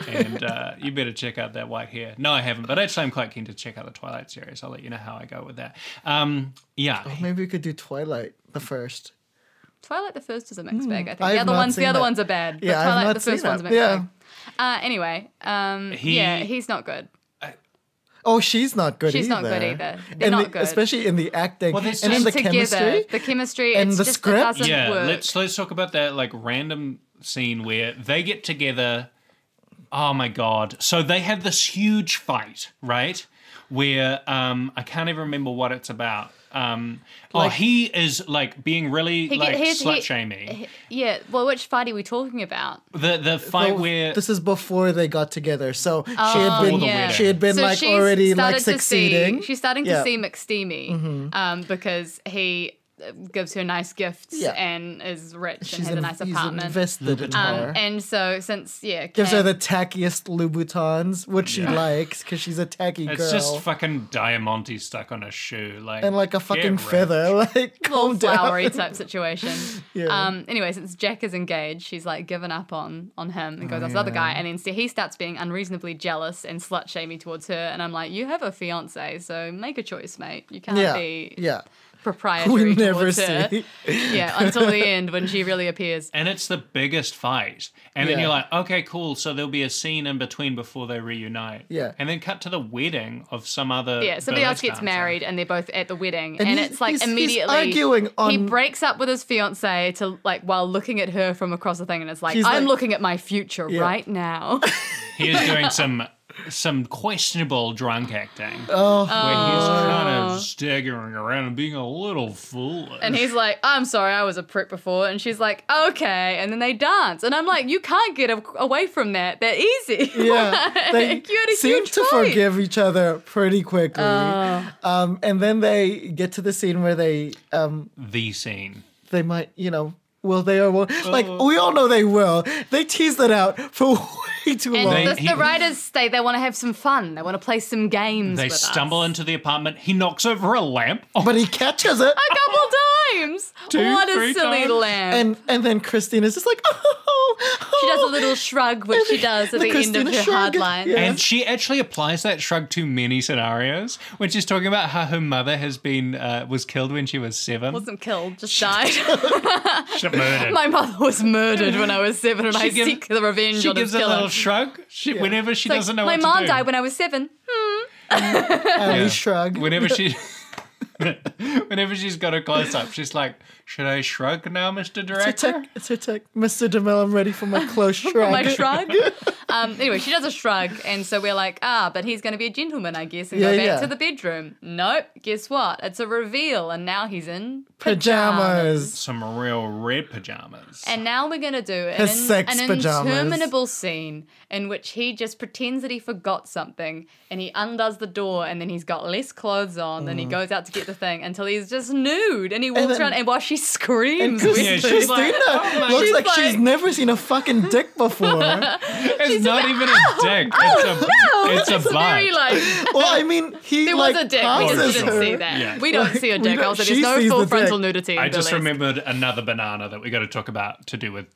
and uh, you better check out that white hair. No, I haven't, but actually, I'm quite keen to check out the Twilight series. I'll let you know how I go with that. Um, yeah,
Maybe we could do Twilight the first.
Twilight the first is a mixed bag. I think
I
the
have
other
Hmm. not
ones, the
seen
other
that.
ones are bad. But
Yeah, I've
Twilight
not
the first
seen
one's a
that.
mixed
Yeah.
bag. Uh, anyway, um,
He-
yeah, he's not good.
Oh, she's not good
She's not
either.
good either. They're
And
not
the-
good.
Especially in the acting
Well,
and
there's
in
just-
the
together,
chemistry.
the chemistry,
and
it's
the
just,
script.
It doesn't
yeah.
work.
Let's let's talk about that like random scene where they get together. Oh my god! So they have this huge fight, right? Where um, I can't even remember what it's about. Um, oh, he is like being really
He get-
like
here's- he-
slut shaming.
yeah. Well, which fight are we talking about?
The the fight
Oh,
where
this is before they got together, so she had
Before
been
the wedding.
she had been
Oh, So
like
she's
already
started
like
to see-
succeeding.
she's starting to
Yeah. Mm-hmm.
see McSteamy um, because he uh, gives her nice gifts
Yeah.
and is rich and
she's
has a
in-
nice
he's
apartment.
invested in her.
Um, and so since yeah,
Gives her
Cam-
the tackiest Louboutins, which she
Yeah.
likes because she's a tacky
it's
girl,
just fucking diamante stuck on a shoe, like
and like a
get
fucking
rich.
feather. Like calm down.
flowery type situation.
Yeah.
Um. Anyway, since Jack is engaged, she's like given up on on him and
Oh,
goes after the other guy, and then so he starts being unreasonably jealous and slut shaming towards her. And I'm like, you have a fiance, so make a choice, mate. You can't
Yeah,
be
yeah.
proprietary
We never
towards her.
see.
Yeah, until the end when she really appears.
and it's the biggest fight. And then
Yeah.
you're like, okay, cool. So there'll be a scene in between before they reunite.
Yeah.
And then cut to the wedding of some other.
Yeah, somebody
ballet
else gets
dancer.
married and they're both at the wedding, and,
he's-
it's like
he's- he's
immediately
arguing
he
on-
breaks up with his fiance to like while looking at her from across the thing, and it's like
He's
I'm
like-
looking at my future
Yeah.
right now.
He is doing some some questionable drunk acting. Oh. Where he's kind of staggering around and being a little foolish.
And he's like, I'm sorry, I was a prick before. And she's like, okay. And then they dance. And I'm like, you can't get a- away from that. They're easy.
Yeah, they
Like, you had a
seem
huge
to
fight. Oh.
forgive each other pretty quickly, um, and then they get to the scene where they um,
the scene.
they might, you know, will they or will Like,
Oh.
we all know they will. They teased it out for way too
And
long.
They-
the,
he-
the writers say they want to have some fun. They want to play some games.
They
with
stumble
us.
into the apartment. He knocks over a lamp. Oh,
but he catches it.
a couple times.
Two,
what
three
a silly
times.
lamb.
And and then Christina's just like, oh,
she does a little shrug, which she does at the,
The
end of
Christina
her
shrug.
hard line.
Yeah.
And she actually applies that shrug to many scenarios when she's talking about how her mother has been uh, was killed when she was seven.
Wasn't killed, just died.
She murdered.
My mother was murdered when I was seven, and I
give-
seek the revenge
She
on
gives
his
a
killer.
little shrug. She, Whenever she
It's like,
doesn't know
my
what
mom
to do.
died when I was seven.
And
Yeah.
he shrug.
Whenever she. Whenever she's got a close up, she's like, "Should I shrug now, Mr.
It's her
Director?"
tech. It's her tech. Mr. DeMille, I'm ready for my close shrug.
my shrug. Um, anyway, she does a shrug, and so we're like, ah, but he's going to be a gentleman, I guess, and go
Yeah,
back
yeah.
to the bedroom. Nope. Guess what? It's a reveal, and now he's in pajamas.
Pajamas.
Some real red pajamas.
And now we're going to do an,
His sex
an
pajamas.
interminable scene in which he just pretends that he forgot something and he undoes the door and then he's got less clothes on and he goes out to get the thing until he's just nude and he walks
Mm. then-
around and while she screams,
Christina,
Yeah,
with-
she's like, oh my-
looks
She's
like, she's
like-
never seen a fucking dick before. well,
it's not even a dick.
Oh,
It's a it's a
very
blind.
like
I mean, he
there
like
was a dick. We
passes
just
passes
didn't
her.
see that.
Yeah.
We don't
Like,
see a
we
dick.
don't-
Also,
she
there's no
sees
full
the
frontal
dick.
nudity. In
I just
Billy's.
remembered another banana that we got to talk about to do with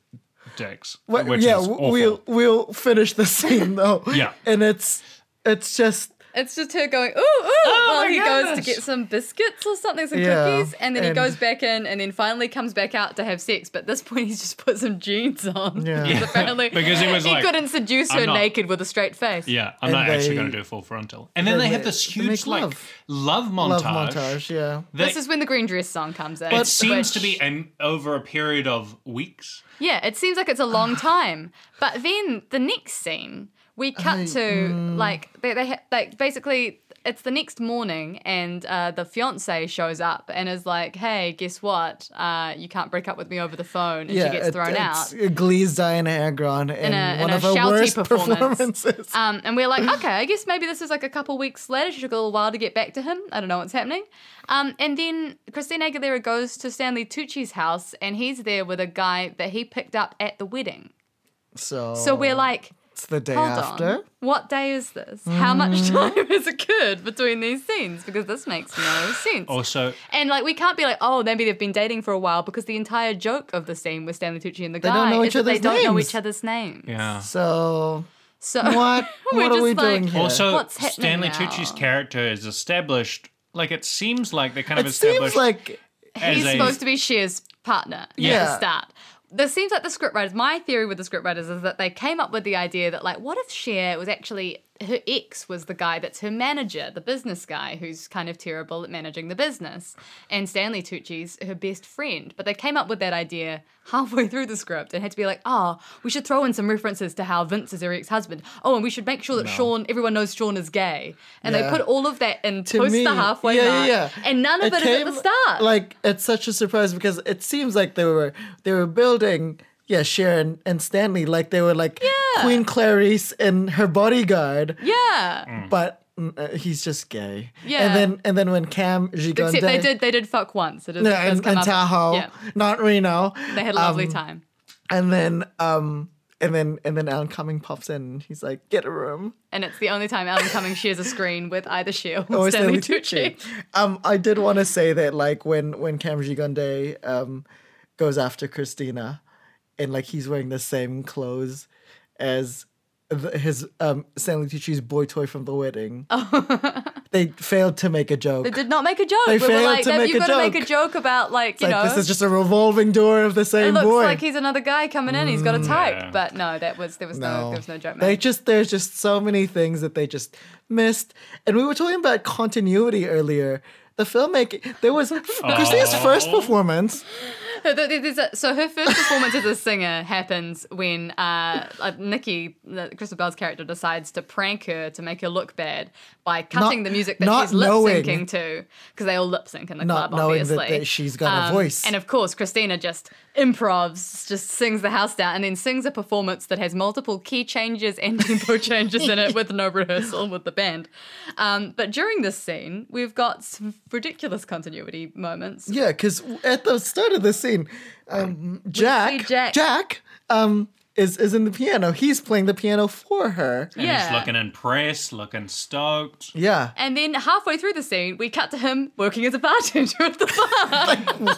dicks,
Well,
which
yeah,
is
w-
awful.
we'll we'll finish the scene though.
Yeah.
and it's it's just
It's just her going, ooh, ooh, while
Oh my
he goes to
goodness.
get some biscuits or something, some
Yeah,
cookies, and then he
and-
goes back in and then finally comes back out to have sex. But at this point, he's just put some jeans on.
Yeah.
Because
Yeah,
apparently
because he was like,
couldn't seduce
"I'm
her
not."
naked with a straight face.
Yeah,
And
I'm not actually
they-
going to do full frontal. And then
Yeah,
they have
they-
this
they make
huge like
love.
love montage.
love montage. Yeah,
that
This is when the green dress song comes in.
it
which-
seems to be um, over a period of weeks.
Yeah, it seems like it's a long time. But then the next scene, we cut
I- mm.
to like they they ha- like basically it's the next morning and uh, the fiance shows up and is like, "Hey, guess what? Uh, you can't break up with me over the phone." And
yeah.
she gets
it-
thrown out.
it's Glee's Diana Agron in,
a- in
one
a
of her
shouty
worst
performance.
performances.
Um, and we're like, okay, I guess maybe this is like a couple weeks later. She took a little while to get back to him. I don't know what's happening. Um, and then Christina Aguilera goes to Stanley Tucci's house, and he's there with a guy that he picked up at the wedding.
so
So we're like,
it's the day
Hold
after. Mm.
on. What day is this? How much time has occurred between these scenes? Because this makes no sense.
Also,
And like we can't be like, oh, maybe they've been dating for a while because the entire joke of the scene with Stanley Tucci and the
don't
guy
know
is
each
that they
other's
don't know
names.
each other's names.
yeah.
So
So
what
we're
what are
just
we
like-
doing here?
Also,
What's happening
Stanley
now?
Tucci's character is established. Like it seems like they kind of
it
established.
seems like
he's
as a-
supposed to be Shear's partner yeah. at the
Yeah.
start. This seems like the scriptwriters. My theory with the scriptwriters is that they came up with the idea that like, what if Shear was actually her ex was the guy that's her manager, the business guy who's kind of terrible at managing the business, and Stanley Tucci's her best friend. But they came up with that idea halfway through the script and had to be like, oh, we should throw in some references to how Vince is her ex-husband. Oh, and we should make sure that Sean, everyone knows Sean is gay, and they
Yeah.
put all of that in
to
post
me,
the halfway
yeah,
mark,
yeah, yeah.
and none of it is at the
came,
start.
Like it's such a surprise because it seems like they were they were building. Yeah, Sharon and Stanley, like they were like
Yeah.
Queen Clarice and her bodyguard,
yeah.
Hmm.
but mm, uh, he's just gay.
Yeah.
And then and then when Cam Gigante,
Except they did they did fuck once. It is,
no,
it does
and,
come
and
up.
Tahoe,
Yeah,
not Reno. Um,
they had a lovely time.
And then um and then and then Alan Cumming pops in. and He's like, get a room.
And it's the only time Alan Cumming shares a screen with either she or,
Or
Stanley,
Stanley
Tucci.
Um, I did want to say that like when when Cam Gigande um goes after Christina, and like he's wearing the same clothes as the, his um Stanley Tucci's boy toy from the wedding. they failed to make a joke.
They did not make a joke.
They
we were
failed
like,
to
"No,
make
you've
a
got to make a
joke."
joke about like, you
like
know,
this is just a revolving door of the
it
same
looks
boy.
like he's another guy coming in. He's got a type,
Yeah.
but no, that was there was no, there was no joke.
They
Made.
just there's just so many things that they just missed. And we were talking about continuity earlier. The filmmaking there was Christina's
Oh.
first performance.
So th- th- there's a- so her first performance as a singer happens when uh, uh, Nikki, the- Crystal Bell's character, decides to prank her to make her look bad by cutting the music that
not
she's lip
knowing-
syncing to, because they all lip sync in the
Not
club,
knowing that-
obviously. Um,
that she's got a voice.
And of course, Christina just improvs, just sings the house down, and then sings a performance that has multiple key changes and tempo changes in it with no rehearsal with the band. Um, but during this scene, we've got some ridiculous continuity moments.
Yeah, because at the start of the scene, um, Jack,
Jack.
um, is is in the piano. He's playing the piano for her.
and he's
Yeah.
looking impressed, looking stoked.
Yeah,
And then halfway through the scene, we cut to him working as a bartender at the bar.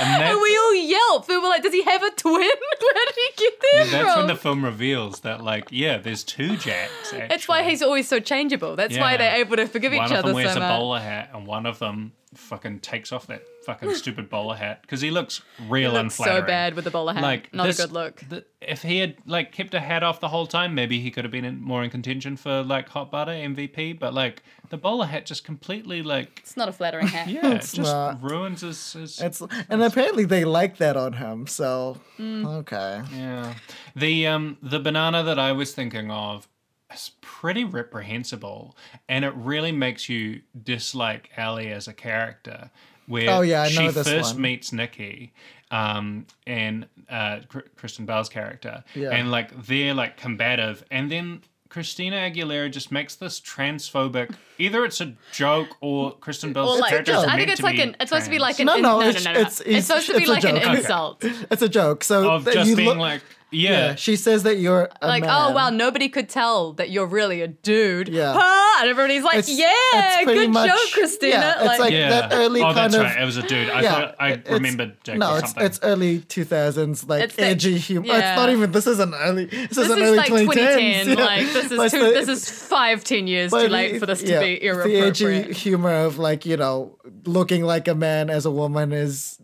And that's,
and we all yelp. We were like, does he have a twin? Where did he get there
that's
from?
when the film reveals that, like, yeah, there's two Jacks. Actually.
that's why he's always so changeable. That's why
Yeah.
they're able to forgive
one
each
of
other
them wears
so
a
much.
bowler hat, and one of them fucking takes off that fucking stupid bowler hat because he looks real
Looks so
unflattering.
bad with the bowler hat.
Like
Not
this-
a good look.
th- if he had like kept a hat off the whole time, maybe he could have been in, more in contention for like hot butter MVP. But like the bowler hat just completely like
It's not a flattering hat.
yeah, it just
not.
ruins his. his
It's and apparently they like that on him. So
Mm.
okay,
yeah, the um the banana that I was thinking of is pretty reprehensible, and it really makes you dislike Ellie as a character. Where
Oh, yeah, I
she
know this
first
one.
meets Nikki, um, and uh, Kr- Kristen Bell's character,
Yeah.
and like they're like combative, and then Christina Aguilera just makes this transphobic. Either it's a joke or Kristen Bell's
Or like,
character. is
I
meant
think it's
to
like
be
an. It's supposed to be
trans.
like an.
No,
in-
no,
no, no,
it's-
no, no.
it's- it's-
supposed to
it's
be
a
like an
joke. Okay.
insult.
it's a joke. So
of
that
just
you
being
look-
like
yeah,
yeah,
she says that you're a
Like,
man.
oh wow, nobody could tell that you're really a dude.
Yeah.
Huh? And everybody's like,
It's-
yeah,
it's pretty
good
much-
joke, Christina.
yeah, it's like-
yeah.
that early
oh,
kind
that's
of-
right. It was a dude. I thought I
it- it's-
remembered Dick
no,
or
it's,
something.
it's early 2000s, like
It's the-
edgy humor.
yeah.
It's not even. This isn't early. This,
this
isn't
is
early
like 2010.
2010s. yeah.
Like this is
Like
too,
the-
this is five, ten years too
but
late
it-
for this to
yeah,
be
The edgy
irappropriate.
humor of like you know looking like a man as a woman is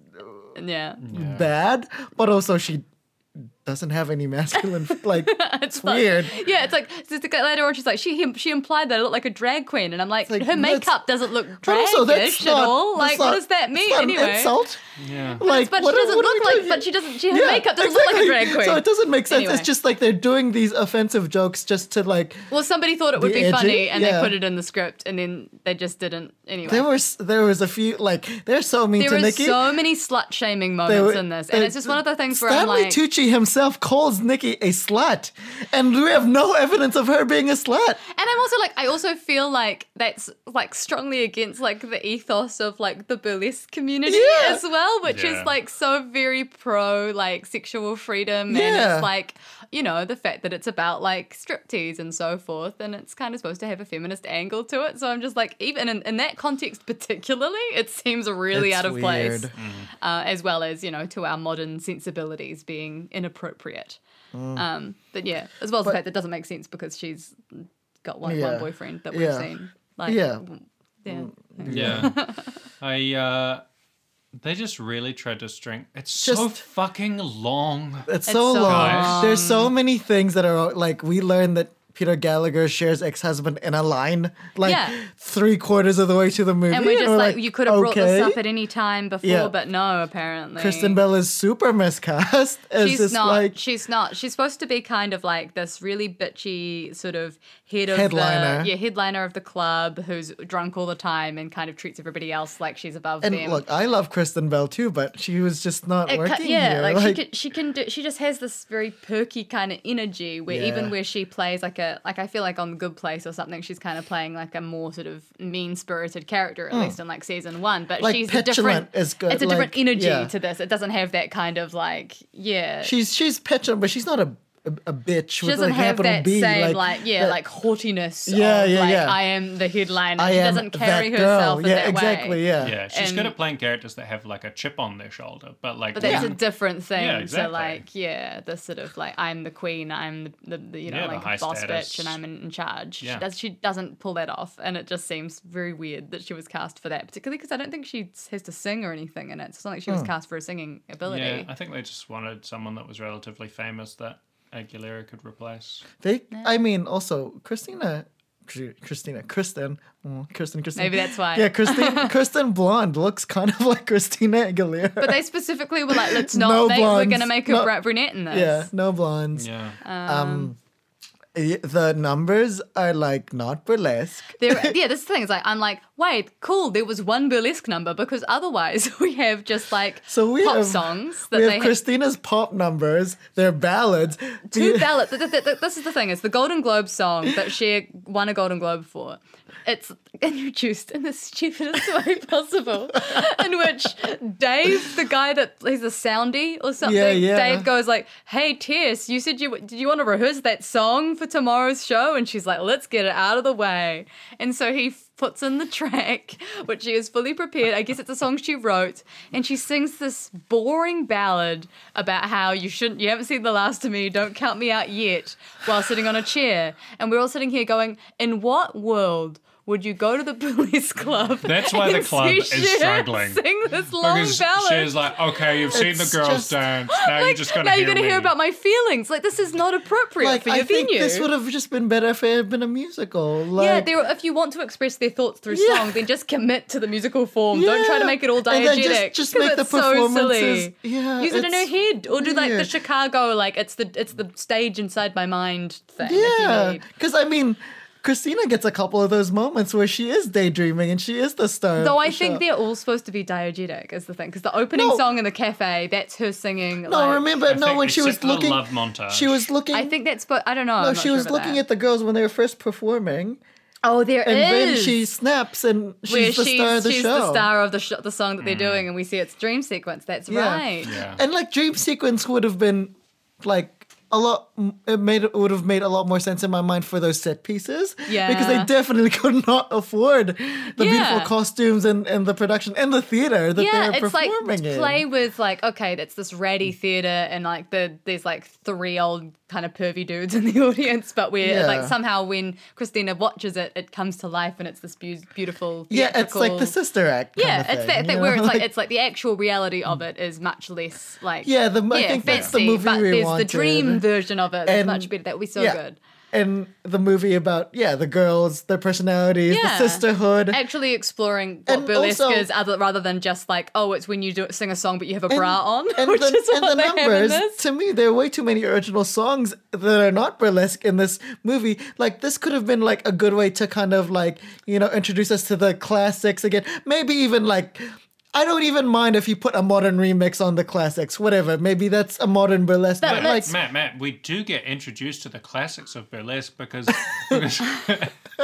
yeah,
bad, but also she doesn't have any masculine. like it's
like-
weird.
yeah. It's like it's like later on, she's like she him- she implied that I look like a drag queen, and I'm like,
like,
her
that's-
makeup doesn't look
But also, that's
dragish at
not,
all.
that's
Like,
not-
what does that
that's
mean
not an
anyway?
insult.
yeah.
Like,
But
what-
she doesn't
what are
look
we
like.
doing
But
here?
she doesn't. She her
Yeah,
makeup doesn't look like a
exactly.
drag queen.
So it doesn't make sense.
Anyway.
It's just like they're doing these offensive jokes just to like.
Well, somebody thought it would
The
be
edgy-
funny, and
yeah.
they put it in the script, and then they just didn't. Anyway,
There was there was a few like they're so mean
There
to
are
Nikki.
so many slut shaming moments in this, and
they-
it's just one of the things where
Stanley
I'm like,
Tucci himself calls Nikki a slut, and we have no evidence of her being a slut.
and I'm also like, I also feel like that's like strongly against like the ethos of like the burlesque community
Yeah.
as well, which
Yeah.
is like so very pro like sexual freedom, and
Yeah.
it's like you know the fact that it's about like striptease and so forth, and it's kind of supposed to have a feminist angle to it. So I'm just like, even in, in that context particularly, it seems really
It's
out of place.
weird.
uh, as well as you know to our modern sensibilities being inappropriate. Um, but yeah, as well as the fact that it doesn't make sense because she's got one,
Yeah.
one boyfriend that we've
Yeah.
seen. Like,
Yeah. Mm.
yeah.
Yeah. I uh they just really tried to string it's so
Just-
fucking long.
It's, so,
so
long.
Guys.
There's so many things that are like we learned that Peter Gallagher shares ex-husband in a line, like
Yeah.
three quarters of the way to the movie,
And we're just
we're
like, you could have brought this
okay.
up at any time before,
Yeah.
but no, apparently.
Kristen Bell is super miscast. It's
She's
just
not.
like
she's not. She's supposed to be kind of like this really bitchy sort of head of
Headliner.
the yeah headliner of the club who's drunk all the time and kind of treats everybody else like she's above
And
them.
look, I love Kristen Bell too, but she was just not
It ca-
working
yeah,
here.
like, she can, she can do. She just has this very perky kind of energy where even
Yeah.
where she plays like a like I feel like on Good Place or something, she's kind of playing like a more sort of mean spirited character at least in like season one. But
Hmm. Like,
she's a different.
petulant is good,
It's a different
like,
energy
yeah.
to this. It doesn't have that kind of like yeah.
she's she's petulant, but she's not a a, a bitch.
she doesn't have that same like, yeah like haughtiness.
Yeah,
of,
yeah,
like,
yeah.
I am the headline.
I
she
am
doesn't carry
that girl.
herself in
Yeah,
that
exactly.
way.
Yeah,
Yeah, she's good
And-
at playing characters that have like a chip on their shoulder, but like
But that's
yeah,
a different thing.
Yeah,
So
exactly.
like, yeah, the sort of like I'm the queen, I'm the, the, the you know
Yeah, the
like
high
boss
status.
bitch, and I'm in, in charge.
Yeah.
She does she doesn't pull that off, and it just seems very weird that she was cast for that, particularly because I don't think she has to sing or anything in it. It's not like she was cast for her singing ability.
Hmm. yeah, I think they just wanted someone that was relatively famous that Aguilera could replace.
They, I mean, also Christina, Cr- Christina, Kristen, oh, Kristen, Kristen.
Maybe that's why.
Yeah, Kristen, Kristen Blonde looks kind of like Christina Aguilera.
But they specifically were like, let's not.
No
they, we're
blondes,
going to make her
no-
br- brunette in this.
yeah, no blondes. Um,
Yeah.
Uh,
Y- The numbers are like not burlesque.
There, yeah, this is the thing. It's like I'm like, wait, cool. There was one burlesque number because otherwise we have just like
So we
pop
have
songs that
We
they
have
had-
Christina's pop numbers. They're ballads.
two
The-
ballads. Th- th- th- this is the thing: is the Golden Globe song that she won a Golden Globe for. It's introduced in the stupidest way possible, in which Dave, the guy that he's a soundy or something,
Yeah, yeah.
Dave goes like, "Hey, Tess, you said you w- did you want to rehearse that song for tomorrow's show? And she's like, let's get it out of the way. And so he f- puts in the track, which she is fully prepared. I guess it's a song she wrote. And she sings this boring ballad about how you shouldn't, you haven't seen the last of me, don't count me out yet, while sitting on a chair. And we're all sitting here going, in what world? Would you go to the police club?
That's why the
and see
club is
Cher
struggling.
Sing this long
Because
ballad.
she's like, okay, you've seen the
It's
girls
just-
dance. Now you're
Like,
just gonna
now
hear
you're gonna
me.
hear about my feelings. Like this is not appropriate
Like
for your
I think
venue.
this would have just been better if it had been a musical. Like,
yeah, they were- if you want to express their thoughts through
Yeah.
song, then just commit to the musical form. Don't try to
Yeah.
make it all
And then just-
diegetic.
just
'cause
make the
it's so
performances-
silly.
yeah,
Use it in her
it's-
head, or do like
yeah.
the Chicago, like it's the it's the stage inside my mind thing. if you
Yeah,
need.
because I mean, Christina gets a couple of those moments where she is daydreaming and she is the star. of
Though
the
I
show.
think they're all supposed to be diegetic, is the thing. Because the opening
No.
song in the cafe, that's her singing.
No,
like,
remember,
I
no,
think-
when she was
except for the
looking,
love montage.
she was looking.
I think that's, but I don't know.
no,
I'm not
she
sure
was
about
looking
that.
at the girls when they were first performing,
Oh, there
and then
is.
she snaps and she's the star of the
she's
show.
the star of the, sh- the song that they're doing, and we see its dream sequence. That's
Yeah.
right.
Yeah.
And like dream sequence would have been like a lot. It made it would have made a lot more sense in my mind for those set pieces. because
Yeah.
they definitely could not afford the beautiful
Yeah.
costumes and and the production and the theater that
Yeah,
they're
it's like
performing
it's
in.
play with like okay, that's this ratty theater, and like the there's like three old kind of pervy dudes in the audience, but we're
Yeah.
like somehow when Christina watches it, it comes to life, and it's this beau- beautiful.
yeah, it's like the
theatrical-
sister act. kind
Yeah,
of
it's
thing,
that
you
thing
know?
where it's like it's like the actual reality of it is much less like
Yeah, the- I think that's the movie
but
we
there's
wanted.
the dream version of it that's
And-
much better. That would be so
yeah.
good.
and the movie about yeah the girls, their personalities,
Yeah.
the sisterhood.
actually exploring what
And
burlesque
also-
is other, rather than just like oh it's when you do, sing a song but you have a bra on
and
which
the,
is
and
what
the
they have in
numbers
this.
to me there are way too many original songs that are not burlesque in this movie like this could have been like a good way to kind of like you know introduce us to the classics again maybe even like I don't even mind if you put a modern remix on the classics, whatever. Maybe that's a modern burlesque.
That-
but
that's-
like,
Matt, Matt, we do get introduced to the classics of burlesque because because,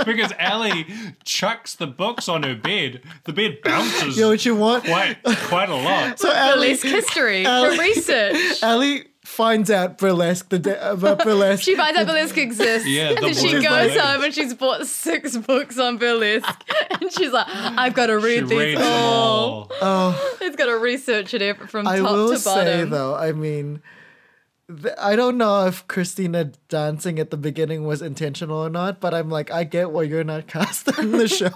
because Allie chucks the books on her bed. The bed bounces
you know what you want?
quite quite a lot.
So Ali,
burlesque history
Ali-
for research
Ali finds out burlesque the day about burlesque.
she finds out burlesque exists
Yeah,
and
the
then she goes
boy
burlesque.
home and she's bought six books on burlesque and she's like I've got to
She
read these
reads
Oh.
them
all
all.
it's got to research it ev- from
I
top
will
to bottom
say though, I mean, th- I don't know if Christina dancing at the beginning was intentional or not, but I'm like, I get why you're not cast in the show.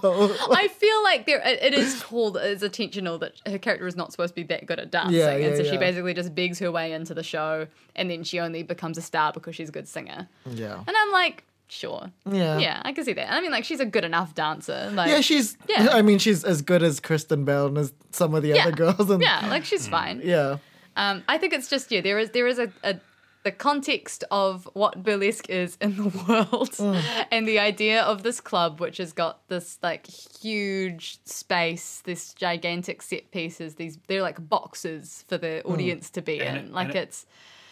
I feel like there it, it is called it's intentional that her character is not supposed to be that good at dancing,
Yeah, yeah,
and so she
yeah.
basically just begs her way into the show, and then she only becomes a star because she's a good singer.
yeah,
And I'm like, sure,
Yeah.
yeah, I can see that. I mean, like she's a good enough dancer. Like,
yeah, she's.
Yeah.
I mean, she's as good as Kristen Bell and as some of the
yeah,
other girls. And,
yeah, like she's fine.
yeah.
Um, I think it's just yeah, there is there is a. a the context of what burlesque is in the world
Mm.
and the idea of this club which has got this like huge space this gigantic set pieces these they're like boxes for the
Mm.
audience to be
And
in
it-
like
and it-
it's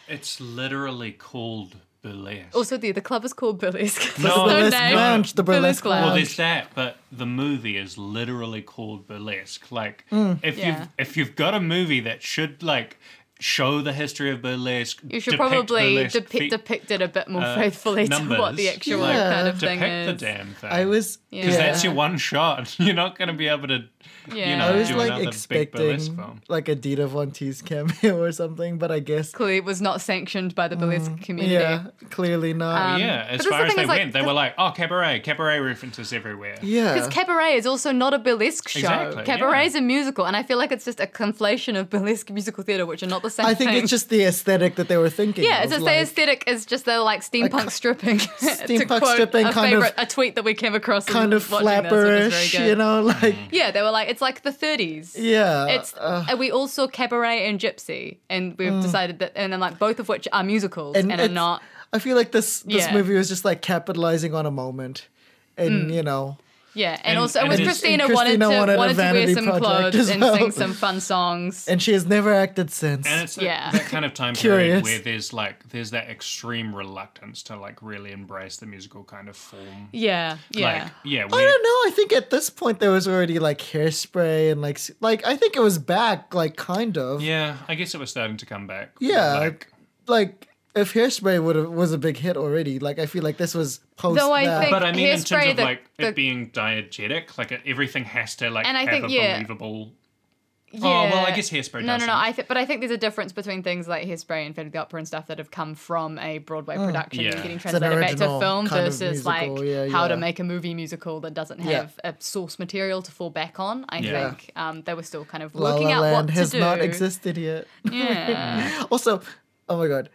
It's literally called burlesque.
also the the club is called burlesque
No,
There's
Burlesque
name.
Lounge, the Burlesque
uh,
well,
Lounge.
there's that, but the movie is literally called burlesque. Like, if
Mm. Yeah.
you've if you've got a movie that should like show the history of burlesque,
you should
depict
probably
burlesque,
depict,
fe-
depict it a bit more
uh,
faithfully to what
numbers,
the actual
like,
kind of thing
depict the
is
damn thing.
I was.
Yeah.
because
yeah.
that's your one shot. You're not going to be able to, you
Yeah.
know,
I was
do
like
another big burlesque
expecting
film.
like a Dita Von T's cameo or something, but I guess
clearly it was not sanctioned by the burlesque community
Mm. yeah, clearly not.
yeah,
um, but
as
that's
far
the
as
thing
they
is, like,
went, they were like, "Oh, cabaret, cabaret references everywhere."
Because
yeah,
cabaret is also not a burlesque show.
Exactly,
cabaret
yeah.
is a musical, and I feel like it's just a conflation of burlesque and musical theatre, which are not the same
I think
thing.
it's just the aesthetic that they were thinking.
yeah, it's
of,
just
like-
the aesthetic is just the like steampunk stripping.
steampunk stripping
a
kind of-
favorite, a tweet that we came across.
kind
in
of
watching this, which is very
flapperish,
good.
you know, like
Yeah, they were like it's like the 30s.
yeah,
It's
uh, Mm.
and we all saw Cabaret and Gypsy, and we've decided that, and then like both of which are musicals and, are
it's-
not.
I feel like this this
Yeah. Hmm.
movie was just like capitalizing on a moment, and you know,
Yeah, and,
And-
also
and
with
it's-
Christina,
and
wanted to
Christina wanted a
wanted to wear
vanity
some
project
clothes
as
and
well.
sing some fun songs.
and she has never acted since.
And it's that,
Yeah.
that kind of time
Curious.
period where there's like there's that extreme reluctance to like really embrace the musical kind of form.
yeah, yeah.
Like, yeah,
I
we,
don't know. I think at this point there was already like hairspray and like s- like I think it was back like kind of
yeah. I guess it was starting to come back.
Yeah,
like,
like if Hairspray would have was a big hit already, like I feel like this was post
Though I
that.
think-
But I mean, in
Hairspray,
terms of
the-
like
the-
it being diegetic, like it, everything has to like
And I
have
think,
a
yeah.
believable. Oh, well, I
Yeah.
guess Hairspray
No, no,
doesn't.
no. I th- but I think there's a difference between things like Hairspray and Phantom of the Opera and stuff that have come from a Broadway production
Yeah.
and getting
It's
Mm. an
translated back to
original
film
kind of
versus
musical,
like
yeah,
how to
yeah.
make a movie musical that doesn't
Yeah.
have a source material to fall back on. I
Yeah.
think um, they were still kind of
La
working
La
out
Land
what
has
to do.
not existed yet.
Yeah.
also, oh my god,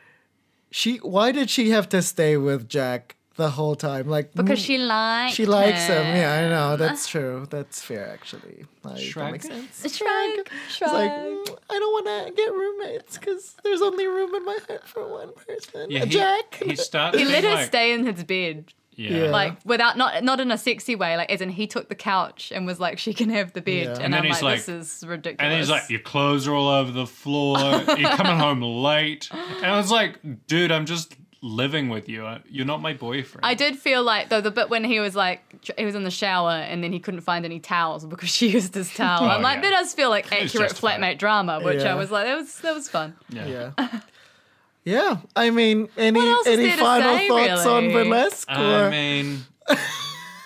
she. Why did she have to stay with Jack the whole time? Like
because
mm,
she likes
she likes him. Yeah, I know. That's true. That's fair, actually. Like, that
Shrug.
makes sense.
Shrug,
It's
shrug.
like mm, I don't want to get roommates because there's only room in my heart for one person.
Yeah, he,
Jack.
He starts.
he let
being
her
like-
stay in his bed.
Yeah.
Yeah.
Like without not not in a sexy way, like as in he took the couch and was like, she can have the bed,
Yeah.
and,
And
then
I'm
he's
like,
like-
this is ridiculous.
And then he's like, "Your clothes are all over the floor. You're coming home late." And I was like, "Dude, I'm just living with you. I- You're not my boyfriend."
I did feel like though the bit when he was like tr- he was in the shower and then he couldn't find any towels because she used his towel. I'm
Oh,
like that
yeah.
does feel like
It's
accurate
justified.
flatmate drama, which
Yeah.
I was like that was that was fun.
yeah.
yeah. Yeah, I mean, any
else is
any
there to
final
say,
thoughts on
really?
burlesque?
I
or-
mean,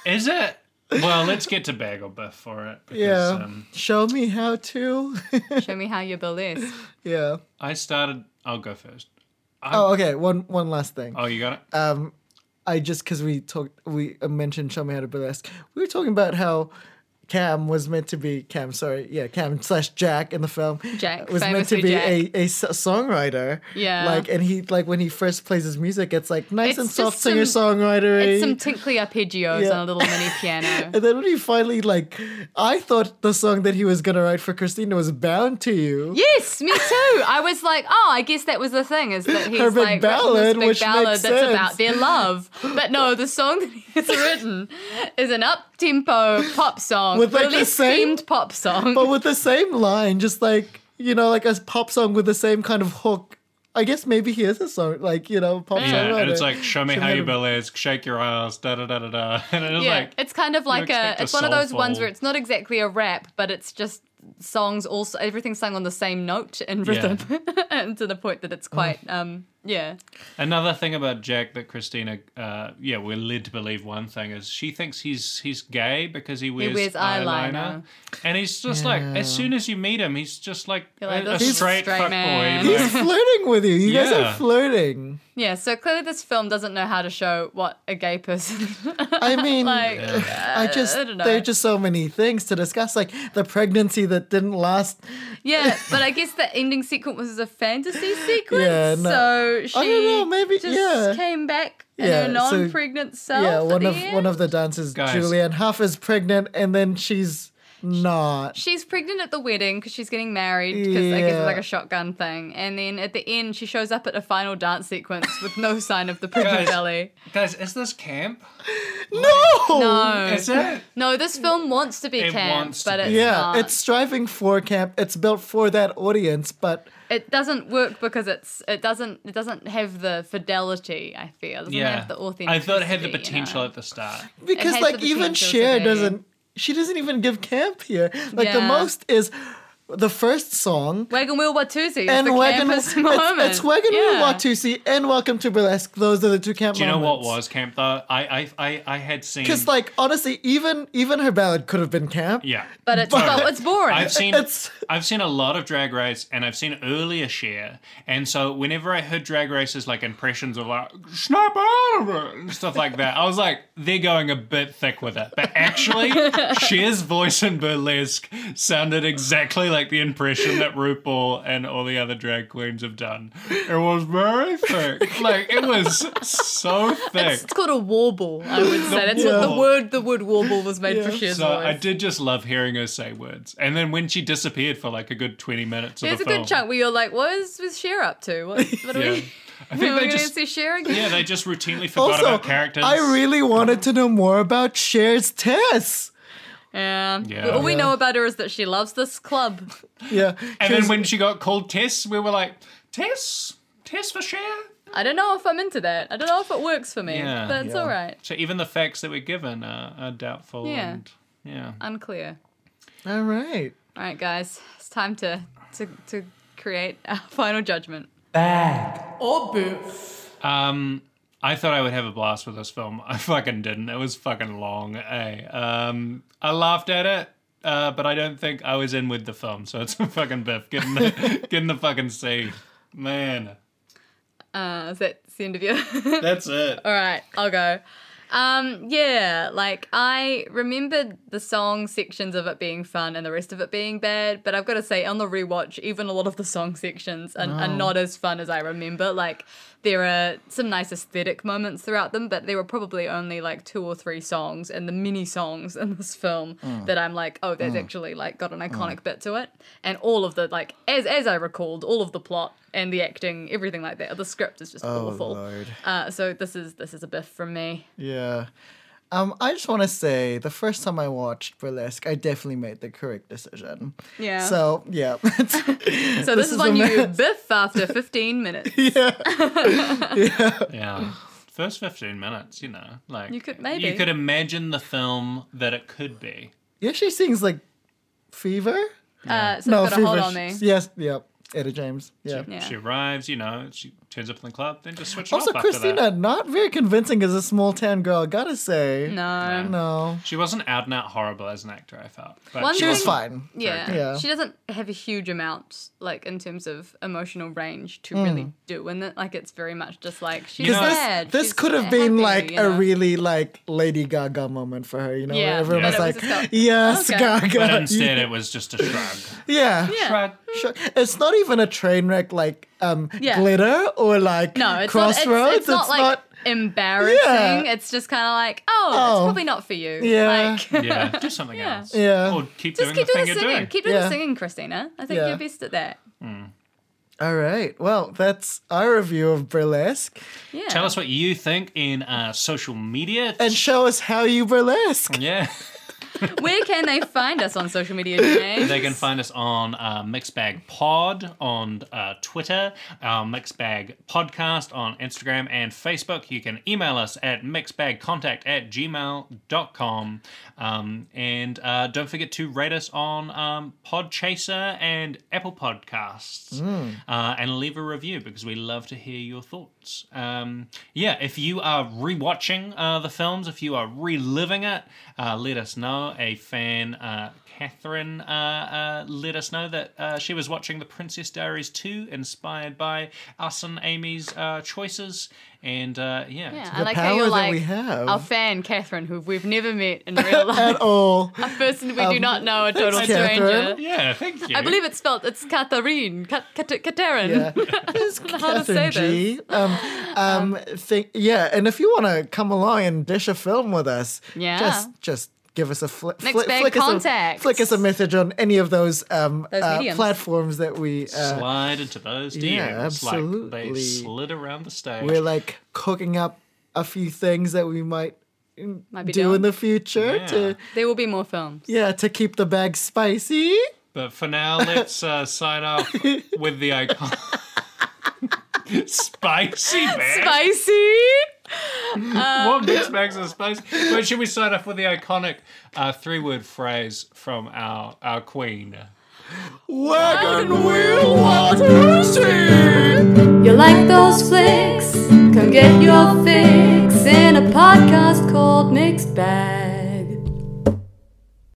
is it? Well, let's get to Bagel Biff for it. Because,
yeah,
Um,
show me how to.
Show me how you're burlesque.
yeah.
I started. I'll go first.
Oh, okay. One one last thing.
Oh, you got it.
um, I just because we talked, we uh, mentioned Show Me How to Burlesque. We were talking about how Cam was meant to be Cam. Sorry, yeah, Cam slash Jack in the film.
Jack,
was meant to
famously
be
Jack.
a a s- songwriter.
Yeah.
like and he like when he first plays his music, it's like nice
It's
and
just
soft
some-
singer songwriter.
It's some tinkly arpeggios
Yeah.
on a little mini piano.
and then when he finally like, I thought the song that he was gonna write for Christina was "Bound to You."
Yes, me too. I was like, oh, I guess that was the thing is that he's
Her
like written this
big ballad,
big
which
ballad
makes
that's about
sense.
their love. But no, the song that he's written is an up tempo pop song
With, like, the
burlesque
same-
themed pop song.
but with the same line, just like you know, like a pop song with the same kind of hook. I guess maybe he is a song, like you know, pop song.
Yeah, and it's
writer.
like, show me
Show
how
me how
you
to-
burlesque, shake your ass, da da da da da. And it was
yeah,
like,
it's kind of like a.
expect a
It's one of those ones
soulful-
where it's not exactly a rap, but it's just songs also everything's sung on the same note and
Yeah.
rhythm, and to the point that it's quite um yeah
Another thing about Jack that Christina, uh, yeah, we're led to believe one thing is she thinks he's he's gay because he wears,
wears
eyeliner.
eyeliner.
and he's just like, as soon as you meet him, he's just like
You're like,
a, a
this is a
straight,
straight
fuck
man.
boy.
He's
Like,
flirting with you. You guys are
Yeah.
flirting.
yeah. So clearly, this film doesn't know how to show what a gay person.
I mean,
like
I just
I don't know.
there are just so many things to discuss, like the pregnancy that didn't last.
yeah, but I guess the ending sequence was a fantasy sequence.
Yeah, no.
So she
I don't know, maybe-
just
yeah.
came back in
Yeah,
her
so-
non-pregnant self.
yeah,
at
one
the
of
end.
one of the dancers,
Guys.
Julianne Hough, is pregnant, and then she's not.
she's pregnant at the wedding because she's getting married because I guess
Yeah.
it's like a shotgun thing. And then at the end, she shows up at a final dance sequence with no sign of the pregnant
Guys.
belly.
Guys, is this camp?
No.
No,
Is it?
no, this film wants to be
It
camp,
wants to
but
be.
it's
Yeah,
not.
it's striving for camp. It's built for that audience, but
it doesn't work because it's it doesn't it doesn't have the fidelity. I feel it doesn't
Yeah,
have the authenticity.
I thought it had the
you know.
potential at the start.
because
has
like
the
even
potential
Cher
to be.
doesn't she doesn't even give camp here. Like the
Yeah.
most is the first song
Wagon Wheel Watusi is
and
the
Wagon
campus
it's,
moment.
it's Wagon Wheel
Yeah.
Watusi and Welcome to Burlesque. Those are the two camp
Do you know what
moments.
was camp though? I I I, I had seen
Because like honestly, even even her ballad could have been camp.
yeah.
But it's but it's boring.
I've seen
It's-
I've seen a lot of drag race and I've seen earlier share. And so whenever I heard drag races like impressions of like snap out of it and stuff like that, I was like, they're going a bit thick with it. But actually, Cher's voice in burlesque sounded exactly like the impression that RuPaul and all the other drag queens have done. It was very thick. Like it was so thick.
it's called a warble, I would say. That's what the
warble.
word the word warble was made for
Yeah.
Cher's
So
voice.
I did just love hearing her say words. And then when she disappeared for like a good 20 minutes of
There's
the
a
film.
good chunk where you're like, what is was Cher up to? What, what are
Yeah.
we?
I
Are
think
we
they
going to
just
see Cher again?
yeah they just routinely forgot
Also,
about characters.
I really wanted to know more about Cher's Tess.
Yeah.
Yeah.
All we
Yeah.
know about her is that she loves this club.
Yeah.
and then when she got called Tess, we were like Tess, Tess for Cher.
I don't know if I'm into that. I don't know if it works for me,
Yeah.
but it's
Yeah.
all right.
So even the facts that we're given are, are doubtful.
Yeah.
And, yeah.
Unclear.
All right.
All right, guys, it's time to to to create our final judgment.
bag.
Or boo.
Um, I thought I would have a blast with this film. I fucking didn't. It was fucking long. Hey, um, I laughed at it, uh, but I don't think I was in with the film. So it's a fucking biff. Get in the, get in the fucking sea, man.
Uh, is that the end of you?
That's it.
All right, I'll go. Um, yeah, like I remembered the song sections of it being fun and the rest of it being bad, but I've got to say, on the rewatch, even a lot of the song sections are,
Oh.
are not as fun as I remember. Like, there are some nice aesthetic moments throughout them, but there were probably only like two or three songs and the mini songs in this film
Mm.
that I'm like, oh, there's actually like got an iconic bit to it. And all of the, like, as, as I recalled, all of the plot and the acting, everything like that, the script is just
Oh,
awful.
Lord.
Uh, so this is this is a biff from me.
Yeah. Um, I just want to say the first time I watched Burlesque, I definitely made the correct decision.
Yeah.
So, yeah. yeah.
So this,
this
is
is
one
a
you
mess.
biff after 15 minutes.
Yeah. First 15 minutes, you know, like
You could- maybe.
you could imagine the film that it could be.
He actually sings like Fever?
Uh, so no, got a hold
Fever.
on me.
Yes, yep. Ada James. Yeah.
Yeah.
She arrives, you know, she turns up in the club, then just switches
Also,
off after
Christina,
that.
not very convincing as a small town girl, gotta say.
No.
No.
She wasn't out and out horrible as an actor, I felt. But
One
she
She was
thing-
wasn't-
fine.
Yeah.
Yeah.
She doesn't have a huge amount, like, in terms of emotional range to really do. And that, like, it's very much just like, she's
You know, this-
sad.
Mm. This
she's
could have been
happy,
like
you know?
a really like Lady Gaga moment for her, you know? where
Yeah.
everyone
Yeah.
was
But it
like,
was just a-
yes,
Okay.
Gaga.
But instead, it was just a shrug.
yeah.
Yeah.
Shrug.
Sure. It's not even a train wreck like um
Yeah.
glitter or like
No, it's
crossroads.
not. It's, it's not like embarrassing.
Yeah.
It's just kind of like, oh, it's
Oh.
probably not for you.
Yeah.
Like,
Yeah, do something else.
Yeah.
Or keep
just
doing
keep doing
the thing
the
you're
singing.
doing.
Keep doing
Yeah.
the singing, Christina. I think
Yeah.
you're best at that.
All right. Well, that's our review of burlesque.
Yeah.
Tell us what you think in uh, social media.
And show us how you burlesque.
yeah.
Where can they find us on social media, James?
They can find us on uh, Mixbag Pod on uh, Twitter, our Mixbag Podcast on Instagram and Facebook. You can email us at mixbagcontact at gmail.com. Um, and uh, don't forget to rate us on um, Podchaser and Apple Podcasts uh, and leave a review because we love to hear your thoughts. Um, yeah, if you are rewatching uh, the films, if you are reliving it, uh, let us know. A fan. Uh, Catherine uh, uh, let us know that uh, she was watching The Princess Diaries 2, inspired by us and Amy's uh, choices. And uh, yeah,
Yeah,
it's-
I like how
power
you're
that
like
we have.
our fan Catherine, who we've never met in real
At
life,
all.
a person we do not know, a total
thanks,
stranger.
Catherine.
yeah thank you.
I believe it's spelled it's Catherine, Cat, Cat, Catherine.
Yeah. It's
how to say
Catherine G. Um, um, think, yeah, and if you want to come along and dish a film with us,
Yeah.
just just give us a fli- fli-
Mixbag
flick, us a,
contacts.
flick us a message on any of those, um,
Those
uh,
mediums.
platforms that we uh,
Slide into those DMs.
yeah,
Like they
absolutely.
slid around the stage.
we're like cooking up a few things that we might,
Might be
do
doing.
in the future to
There will be more films.
yeah to keep the bag spicy.
But for now, let's uh, sign off with the icon. spicy man.
Spicy.
what mixed bags of spice? But should we sign off with the iconic uh, three-word phrase from our our queen?
Wagon wheel, what you see?
You like those flicks? Come get your fix in a podcast called Mixed Bag.